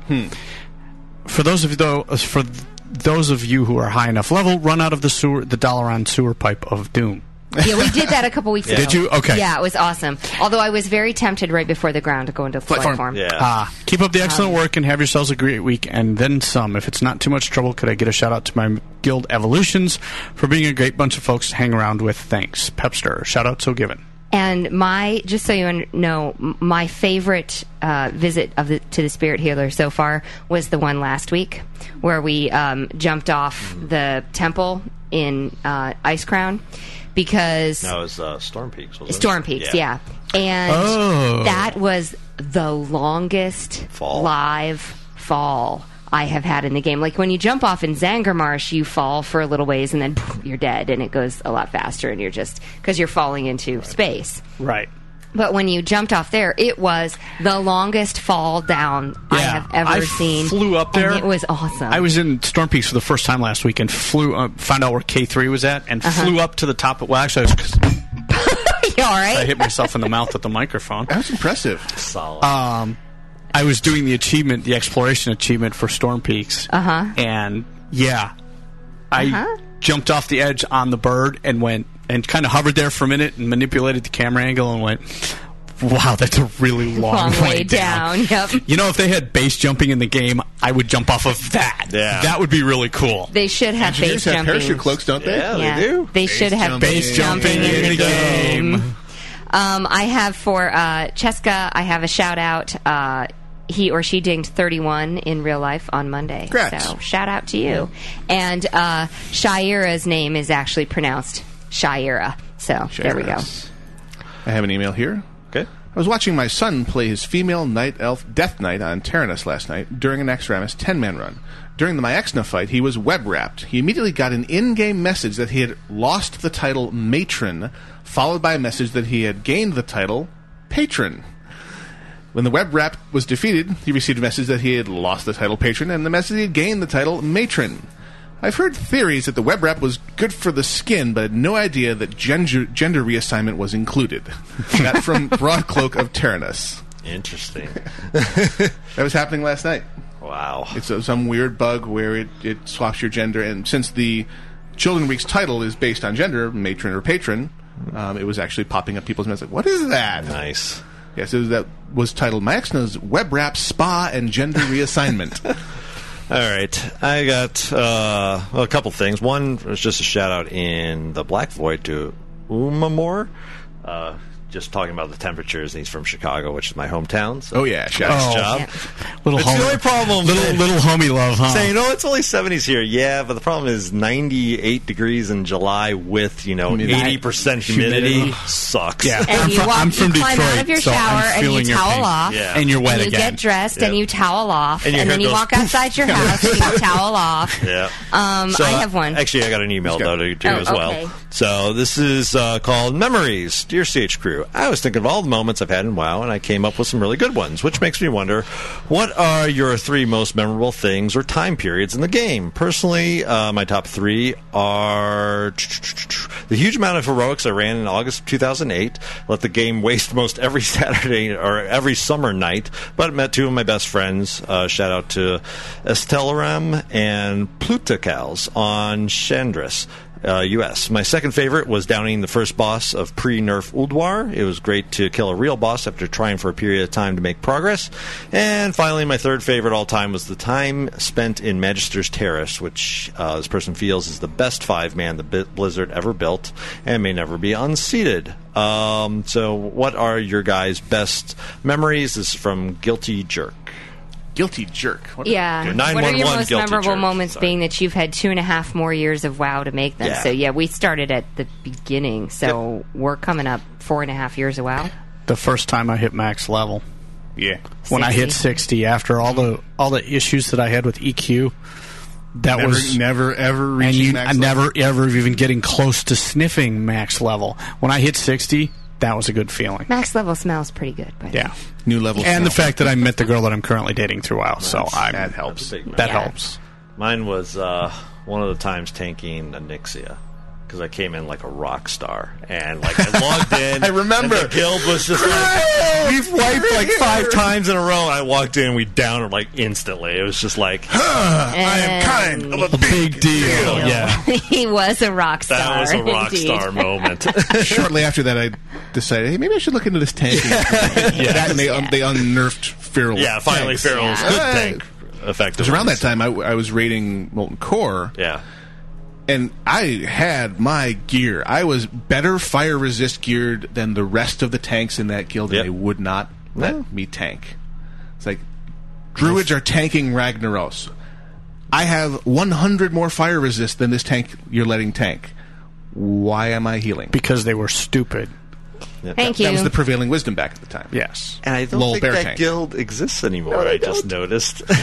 For those of you though, for th- those of you who are high enough level, run out of the sewer, the Dalaran sewer pipe of doom.
Yeah, we did that a couple weeks
Yeah.
ago.
Did you? Okay.
Yeah, it was awesome. Although I was very tempted right before the ground to go into flight, form.
Ah, keep up the excellent work and have yourselves a great week and then some. If it's not too much trouble, could I get a shout out to my guild Evolutions for being a great bunch of folks to hang around with? Thanks, Pepster. Shout out so given.
And my, just so you un- know, m- my favorite uh, visit of the, to the spirit healer so far was the one last week, where we um, jumped off the temple in uh, Ice Crown because
No, it was uh, Storm Peaks. Wasn't
Storm
it?
Peaks, yeah. And
Oh.
that was the longest live fall I have had in the game. Like when you jump off in Zangarmarsh, you fall for a little ways and then poof, you're dead and it goes a lot faster and you're just because you're falling into space.
Right.
But when you jumped off there, it was the longest fall down I have ever
I
seen.
Flew up there.
And it was awesome.
I was in Storm Peaks for the first time last week and flew, uh, found out where K3 was at and flew up to the top. Of, well, actually, I, was,
You all right?
I hit myself in the mouth with the microphone. That
was impressive.
Solid.
Um, I was doing the achievement, the exploration achievement for Storm Peaks.
Uh-huh.
And yeah, I
Uh-huh.
jumped off the edge on the bird and went and kind of hovered there for a minute and manipulated the camera angle and went, wow, that's a really long,
Long way down, Yep.
You know, if they had base jumping in the game, I would jump off of that. Yeah. That would be really cool.
They should have
Engineers
base
have
jumping.
parachute cloaks, don't they? Yeah, they do.
They should have
Base jumping in the game.
Um, I have for uh, Cheska, I have a shout out. Uh, he or she dinged 31 in real life on Monday.
Congrats.
So shout out to you. And uh, Shaira's name is actually pronounced Shaira. So there we go.
I have an email here.
Okay.
I was watching my son play his female night elf Death Knight on Terranus last night during an Xramus 10 man run. During the Myexna fight, he was web wrapped. He immediately got an in game message that he had lost the title Matron, followed by a message that he had gained the title Patron. When the web rap was defeated, he received a message that he had lost the title patron and the message he had gained the title matron. I've heard theories that the web rap was good for the skin, but had no idea that gender, gender reassignment was included. that from Broadcloak of Terranus.
Interesting.
That was happening last night.
Wow.
It's uh some weird bug where it, it swaps your gender, and since the Children Week's title is based on gender, matron or patron, um, it was actually popping up people's messages. What is that?
Nice.
Yeah, so that was titled My Exna's Web Wrap Spa and Gender Reassignment.
All right, I got uh, well, a couple things. One was just a shout out in the Black Void to Umamor. Uh, just talking about the temperatures, and he's from Chicago, which is my hometown. So
oh yeah, shout
nice
out.
job.
Little
It's the
homie-
only problem.
Little- little homie love, huh?
Saying, oh, it's only seventies here. Yeah, but the problem is ninety-eight degrees in July with you know
Humidity.
eighty percent humidity,
Humidity.
sucks.
Yeah. And I'm you from- walk- I'm from you climb out of Detroit, your so I'm shower and you feeling your towel pain. off,
Yeah.
and you're wet
And you
again.
get dressed and
Yep.
you towel off. And,
And your hair
then you
goes
walk outside your house and you towel off.
Yeah.
Um, I have one.
Actually, I got an email though to do
Oh,
as well.
okay.
So this is uh, called Memories, dear CH crew. I was thinking of all the moments I've had in WoW, and I came up with some really good ones, which makes me wonder, what are your three most memorable things or time periods in the game? Personally, uh, my top three are the huge amount of heroics I ran in August of 2008. Let the game waste most every Saturday or every summer night, but met two of my best friends. Uh, shout out to Estelaram and Pluticals on Chandris uh, U.S. My second favorite was downing the first boss of pre-nerf Uldwar. It was great to kill a real boss after trying for a period of time to make progress. And finally, my third favorite all time was the time spent in Magister's Terrace, which uh, this person feels is the best five-man the Bi- Blizzard ever built and may never be unseated. Um, so, what are your guys' best memories? This is from Guilty Jerk.
Guilty Jerk. What
Yeah. what are your
911
most
Guilty
memorable
Jerk.
moments
Sorry.
being that you've had two and a half more years of WoW to make them?
Yeah.
So yeah, we started at the beginning, so we're coming up four and a half years of WoW.
The first time I hit max level.
Yeah.
When I hit
60.
60 after all the all the issues that I had with EQ, that
Never-
was
never, ever
and
reaching
you,
max
I
level.
never ever even getting close to sniffing max level. When I hit 60, that was a good feeling.
Max level smells pretty good, but
Yeah.
New level
And the
smell.
fact that I met the girl that I'm currently dating through WoW, so I'm
that helps.
That helps.
Mine was uh, one of the times tanking Anixia. because I came in like a rock star and like I logged in.
I remember.
and the guild was just like we've wiped like five times in a row. And I walked in, we downed them like instantly. It was just like
I
am kind of a big deal. Yeah,
he was a rock star.
that was a rock
indeed.
star moment.
Shortly after that, I decided, hey, maybe I should look into this tank.
Yeah.
That and they, un- they unnerfed Feral.
Yeah, finally
tanks.
Feral's good tank.
It was
Effectively,
around that time I, I was raiding Molten Core.
Yeah.
And I had my gear. I was better fire resist geared than the rest of the tanks in that guild, and they would not let me tank. It's like druids are tanking Ragnaros. I have 100 more fire resist than this tank you're letting tank. Why am I healing?
Because they were stupid.
Thank
that, That was
you.
the prevailing wisdom back at the time. Yes,
and I don't
Lol
think
bear
that
tank.
guild exists anymore. I just noticed.
Uh,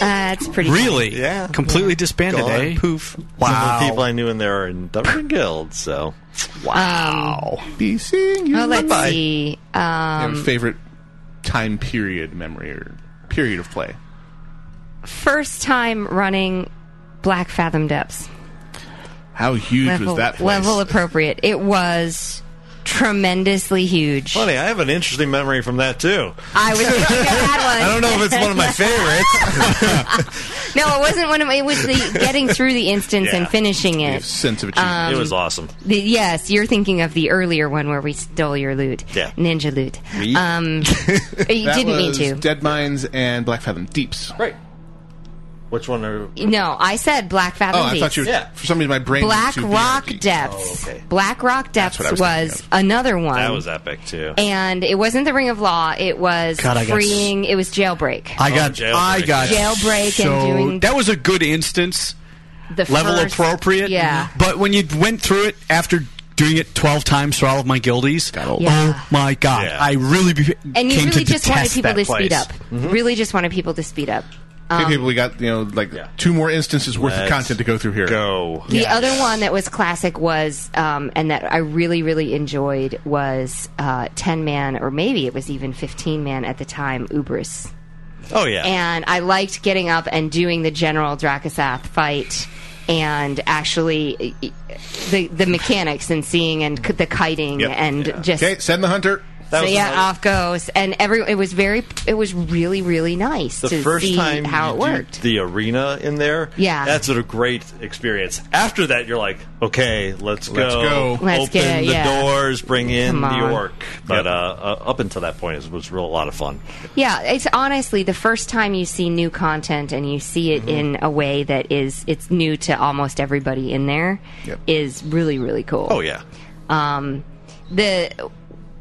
it's pretty.
Really?
Yeah.
Completely disbanded,
Gone.
eh?
Poof. Some of the people I knew in there are in Dublin Guild, so.
Wow.
Be seeing you.
Well, let's
Bye-bye.
see.
You have
Um,
a favorite time period memory or period of play?
first time running Black Fathom Depths.
How huge
level,
was that place?
level appropriate. It was tremendously huge.
Funny, I have an interesting memory from that too.
I was thinking of that
I
one.
don't know if it's one of my favorites.
No, it wasn't one of my. It was the getting through the instance and
Yeah.
finishing it.
sense of
achievement. Um,
it was awesome.
The, yes, you're thinking of the earlier one where we stole your loot.
Yeah.
Ninja loot.
We?
Um, you
That
didn't
was
mean to.
Dead Mines and Black Fathom Deeps.
Right. Which one are?
No, I said Black Fathom
Oh, I
Deeps.
thought you. For some reason, my brain.
Black
went to
Rock
BLD.
Depths. Black Rock Depths
what I
was,
was thinking
another one.
That was epic too.
and it wasn't the Ring of Law. It was
God, I got Uh, s-
freeing. It was jailbreak.
I
Oh,
got, I got
Jailbreak and
so,
doing-
That was a good instance.
The
level
first-
appropriate. Mm-hmm.
Yeah.
But when you went through it after doing it twelve times for all of my guildies,
Yeah.
oh my god, I really be-
And you
came
really
to
just wanted
detest
people to
that
speed
place. Mm-hmm.
up. Really just wanted people to speed up.
Hey,
Um,
people, we got you know like two more instances worth of
Let's
content to go through here.
Go.
The other one that was classic was, um, and that I really, really enjoyed was uh, 10 man, or maybe it was even 15 man at the time, Ubris.
Oh yeah.
And I liked getting up and doing the general Drakasath fight and actually eh, eh, the the mechanics and seeing and c- the kiting
Yep.
and just.
Okay, send the hunter.
so yeah, off goes, and every it was very, it was really, really nice
the
to
first
see
time
how
you
it
do
worked.
the arena in there
Yeah.
that's a great experience after that you're like okay let's go
Let's go.
Let's
open
get-
the
yeah.
doors bring in
Come
the
on.
orc but uh, uh, up until that point it was real a lot of fun
Yeah, it's honestly the first time you see new content and you see
Mm-hmm.
it in a way that is it's new to almost everybody in there is really really cool.
oh yeah
Um, the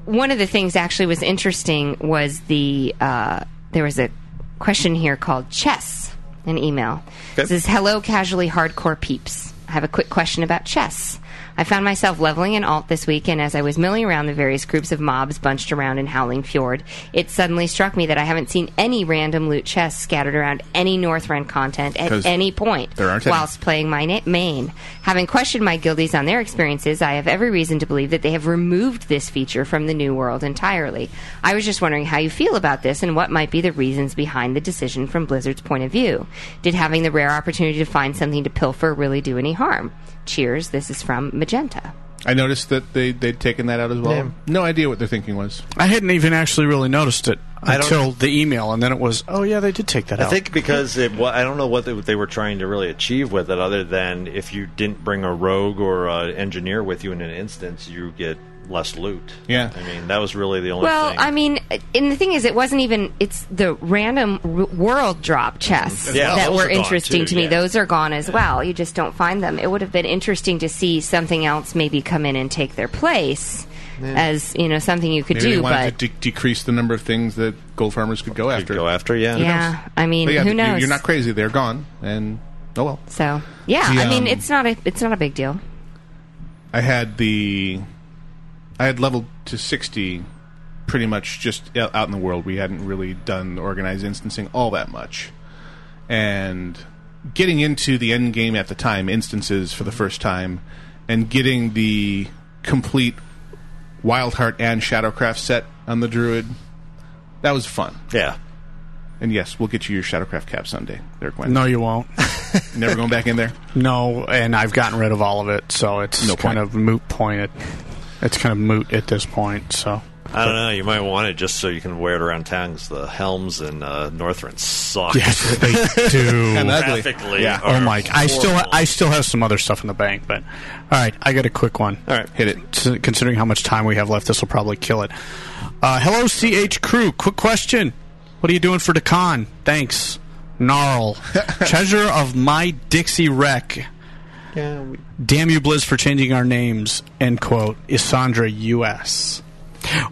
one of the things actually was interesting was the uh, there was a question here called chess an email It says hello casually hardcore peeps i have a quick question about chess i found myself leveling an alt this week and as i was milling around the various groups of mobs bunched around in howling fjord it suddenly struck me that i haven't seen any random loot chests scattered around any northrend content at
'Cause
any point
there aren't any.
whilst playing my na- main. Having questioned my guildies on their experiences, I have every reason to believe that they have removed this feature from the new world entirely. I was just wondering how you feel about this and what might be the reasons behind the decision from Blizzard's point of view. Did having the rare opportunity to find something to pilfer really do any harm? Cheers, this is from Magenta.
I noticed that they they'd taken that out as well.
Yeah.
No idea what their thinking was.
I hadn't even actually really noticed it
I don't-
until the email, and then it was, oh yeah, they did take that
I
out.
think because it, wa- I don't know what they, they were trying to really achieve with it, other than if you didn't bring a rogue or an engineer with you in an instance, you get less loot.
Yeah,
I mean that was really the only
Well,
thing.
I mean, and the thing is, it wasn't even. It's the random r- world drop chests
Yeah,
that
those
were
are gone,
interesting
too,
to me.
yeah.
Those are gone as well. You just don't find them. It would have been interesting to see something else maybe come in and take their place as you know something you could
Maybe they
do.
wanted
But
to de- decrease the number of things that gold farmers could go after.
Go after, yeah.
yeah, I mean,
But yeah,
who
th- you-
knows?
You're not crazy. They're gone, and oh well.
so yeah,
The,
I mean,
um,
it's not a it's not a big deal.
I had the, I had leveled to sixty, pretty much just o- out in the world. We hadn't really done organized instancing all that much, and getting into the end game at the time instances for the first time, and getting the complete Wild Heart and Shadowcraft set on the Druid, that was fun.
Yeah.
And yes, we'll get you your Shadowcraft cap someday, there, Gwen.
no, you won't.
Never going back in there.
No, and I've gotten rid of all of it, so it's
No
kind of moot point. At, it's kind of moot at this point. So
I don't know. You might want it just so you can wear it around town 'cause the Helms and uh, Northrend suck.
Yes, they do.
Graphically
Yeah.
are
Oh my! I still
horrible.
I still have some other stuff in the bank, but all right. I got a quick one. All
right, hit it.
Considering how much time we have left, this will probably kill it. Uh, hello, CH crew. Quick question: What are you doing for the con? Thanks, Gnarl. Treasure of my Dixie wreck.
Yeah, we-
Damn you, Blizz, for changing our names. End quote. Isandra U.S.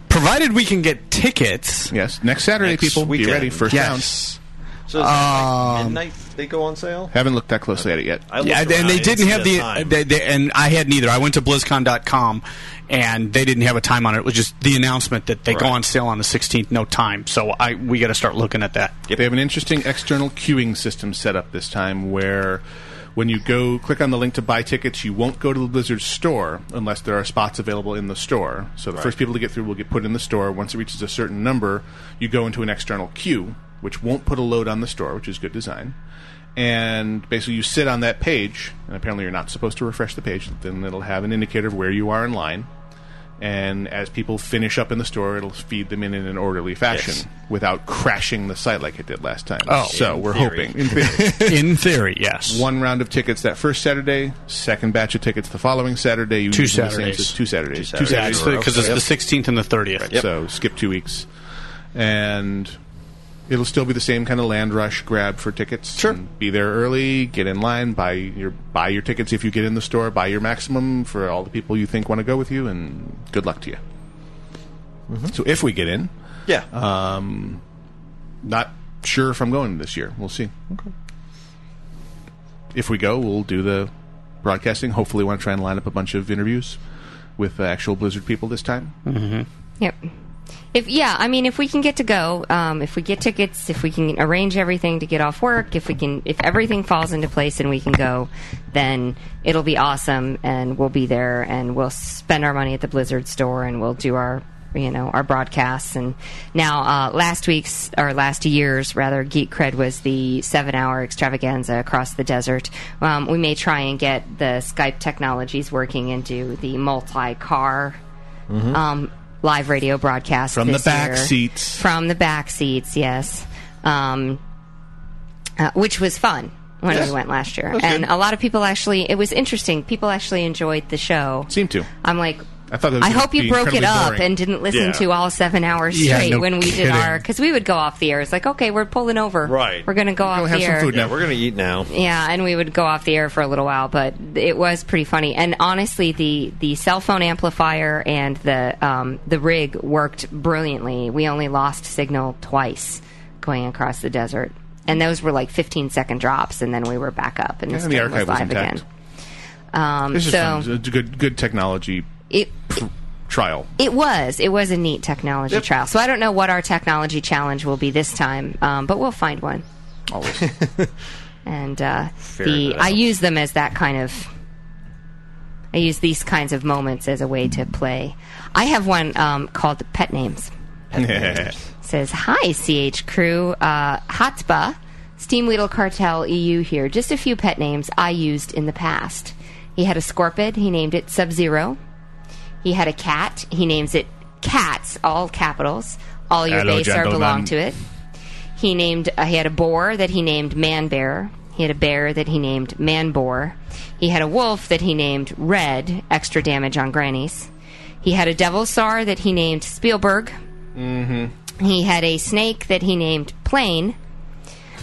Provided we can get tickets.
Yes, next Saturday,
Next
people,
weekend.
be ready. First
yes.
So is that like
Um,
midnight they go on sale?
Haven't looked that closely at it yet.
I looked
yeah, and
around,
they
I
didn't
see
have
the
the,
time.
they, they, and I had neither. I went to BlizzCon.com, and they didn't have a time on it. It was just the announcement that they go
Right.
on sale on the 16th. No time, so I we got to start looking at that.
They have an interesting external queuing system set up this time where when you go click on the link to buy tickets, you won't go to the Blizzard store unless there are spots available in the store. So the
Right.
first people to get through will get put in the store. Once it reaches a certain number, you go into an external queue, which won't put a load on the store, which is good design. And basically, you sit on that page, and apparently, you're not supposed to refresh the page. Then it'll have an indicator of where you are in line. And as people finish up in the store, it'll feed them in in an orderly fashion
Yes.
without crashing the site like it did last time.
Oh.
so
In
we're
theory.
hoping. In theory.
In theory, yes.
One round of tickets that first Saturday, second batch of tickets the following Saturday. You
Two
use the same
Saturdays.
sys- two Saturdays.
Two Saturdays, because it's
Yep.
the 16th and the 30th.
So skip two weeks, and it'll still be the same kind of land rush grab for tickets. Sure, be there early, get in line, buy your buy your tickets if you get in the store, buy your maximum for all the people you think want to go with you, and good luck to you. So if we get in,
yeah,
um, not sure if I'm going this year. We'll see. Okay. If we go, we'll do the broadcasting. Hopefully, want to try and line up a bunch of interviews with uh, actual Blizzard people this time. Mm-hmm.
Yep. If yeah, I mean, if we can get to go, um, if we get tickets, if we can arrange everything to get off work, if we can, if everything falls into place and we can go, then it'll be awesome, and we'll be there, and we'll spend our money at the Blizzard store, and we'll do our you know our broadcasts and now uh, last week's or last year's rather geek cred was the seven hour extravaganza across the desert um, we may try and get the skype technologies working into the multi car
Mhm.
um, live radio broadcast
From the
this
back
year.
seats.
From the back seats, yes, um, uh, which was fun when
Yes.
we went last year,
That's
and
good.
a lot of people actually. It was interesting. People actually enjoyed the show.
Seemed to.
I'm like.
I thought that was
I
gonna
hope you
be
broke it
incredibly
up
boring.
and didn't listen
Yeah.
to all seven hours
Yeah,
straight
no
when we did
kidding.
our because we would go off the air. It's like okay, we're pulling over.
Right.
we're gonna go off the air.
Yeah, we're gonna eat now.
Yeah, and we would go off the air for a little while, but it was pretty funny. And honestly, the the cell phone amplifier and the um, the rig worked brilliantly. We only lost signal twice going across the desert, and those were like 15 second drops, and then we were back up, and
Yeah,
this
and the
thing was
archive was
live
intact.
again. Um,
This is
so
fun. It's a good good technology
it
pr- trial.
it was it was a neat technology
Yep.
trial. So I don't know what our technology challenge will be this time, um, but we'll find one.
Always.
and uh,
Fair
the
enough.
I use them as that kind of. I use these kinds of moments as a way to play. I have one um, called pet names. It says hi, CH crew, uh, Hatba, Steam Weedle Cartel EU here. Just a few pet names I used in the past. He had a scorpid. He named it Sub Zero. He had a cat. He names it Cats, all capitals. All your
Hello,
base are
gentlemen.
belong to it. He named. Uh, he had a boar that he named Man Bear. He had a bear that he named Man Boar. He had a wolf that he named Red. Extra damage on grannies. He had a devil sar that he named Spielberg. Mm-hmm. He had a snake that he named Plane.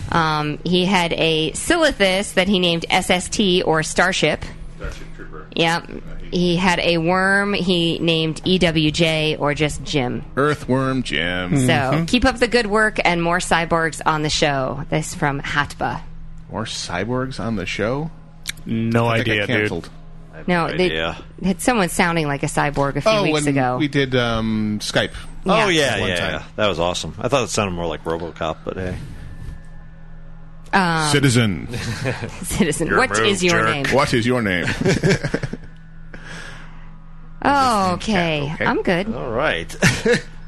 Um, he had a Silithus that he named SST or Starship.
Starship Trooper.
Yep. He had a worm he named EWJ or just Jim.
Earthworm Jim. Mm-hmm.
So keep up the good work and more cyborgs on the show. This from Hatba.
more cyborgs on the show.
No
I think I
idea, dude.
canceled.
No, they
idea.
had someone sounding like a cyborg a few
Oh,
weeks
when
ago.
we did um, Skype.
Oh yeah, yeah,
One time.
yeah. That was awesome. I thought it sounded more like RoboCop, but hey.
Um,
Citizen.
Citizen. Your What move, is your jerk. name?
What is your name?
Oh, okay. I'm good.
All right.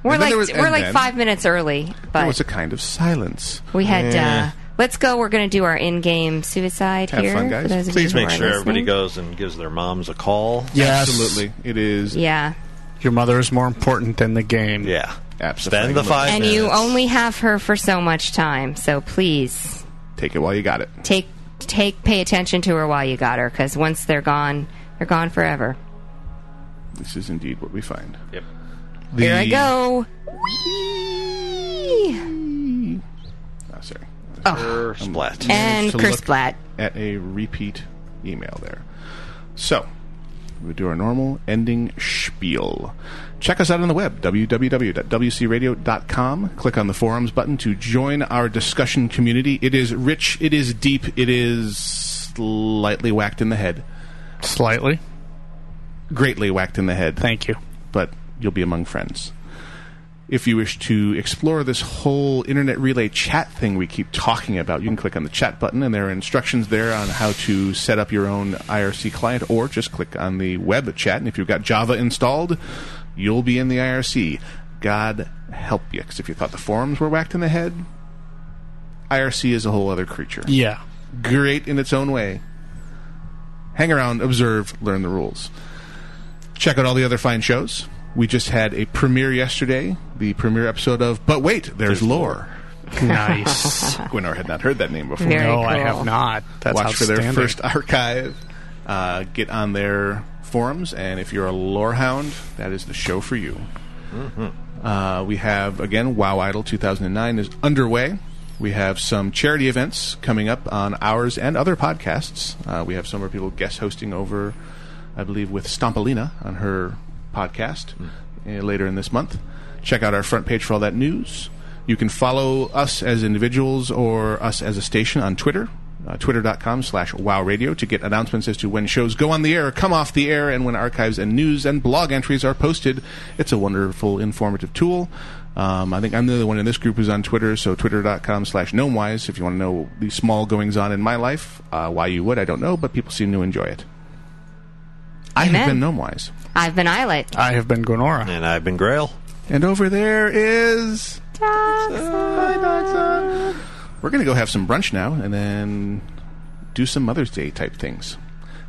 We're
And then
like
there was-
we're
and
like
then-
five minutes early,
there
but
was a kind of silence.
we had
Yeah.
uh, Let's go. We're going to do our in-game suicide
Have
here.
fun,
for those
guys.
of
Please
you who
make
are
sure everybody
listening.
goes and gives their moms a call.
Yes.
Absolutely. It is.
Yeah.
Your mother is more important than the game.
Yeah.
Absolutely.
Spend the five
and you only have her for so much time, so please
Take it while you got it.
take take pay attention to her while you got her, because once they're gone, they're gone forever.
This is indeed what we find.
Yep.
Here I go.
Oh, sorry.
Oh.
I'm-
Splat.
And
to
curse
look
splat.
At a repeat email there. So, we do our normal ending spiel. Check us out on the web, www.wcradio.com. Click on the forums button to join our discussion community. It is rich, it is deep, it is slightly whacked in the head.
Slightly?
Greatly whacked in the head.
Thank you.
But you'll be among friends if you wish to explore this whole internet relay chat thing we keep talking about, you can click on the chat button, and there are instructions there on how to set up your own IRC client, or just click on the web chat. And if you've got Java installed, you'll be in the IRC. God help you, 'cause if you thought the forums were whacked in the head, IRC is a whole other creature.
Yeah.
Great in its own way. Hang around, observe, learn the rules check out all the other fine shows. We just had a premiere yesterday, the premiere episode of But Wait, There's, Lore.
Nice.
Gwynnor had not heard that name before.
Very No, I cool. have not. That's
Watch for their
outstanding.
first archive. Uh, get on their forums, and if you're a lore hound, that is the show for you. Uh, we have, again, Wow Idol 2009 is underway. We have some charity events coming up on ours and other podcasts. Uh, we have some of our people guest hosting over, I believe, with Stompolina on her podcast uh, later in this month. Check out our front page for all that news. You can follow us as individuals or us as a station on Twitter, uh, twitter.com slash wow radio, to get announcements as to when shows go on the air, come off the air, and when archives and news and blog entries are posted. It's a wonderful, informative tool. Um, I think I'm the only one in this group who's on Twitter, so twitter.com slash gnomewise. If you want to know the small goings on in my life, uh, why you would, I don't know, but people seem to enjoy it. I have been
Amen.
gnomewise.
I've been Eyelet.
I have been Gonora.
And I've been Grail.
And over there is. We're going to go have some brunch now and then do some Mother's Day type things.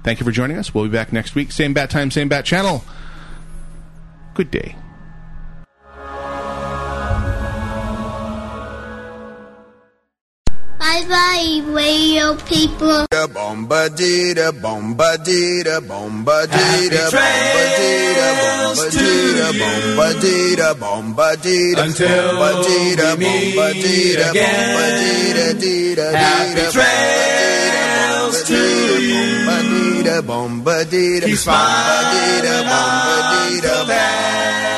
Thank you for joining us. We'll be back next week. Same bat time, same bat channel. Good day.
Bye bye, radio people.
Bombadita, bombadita, bombadita, bombadita, bombadita, bombadita, bombadita,
Until
bombadita,
we meet
bombadita,
again.
bombadita, dita,
Happy
dita,
trails to you.
bombadita, bombadita, bombadita, bombadita, bombadita,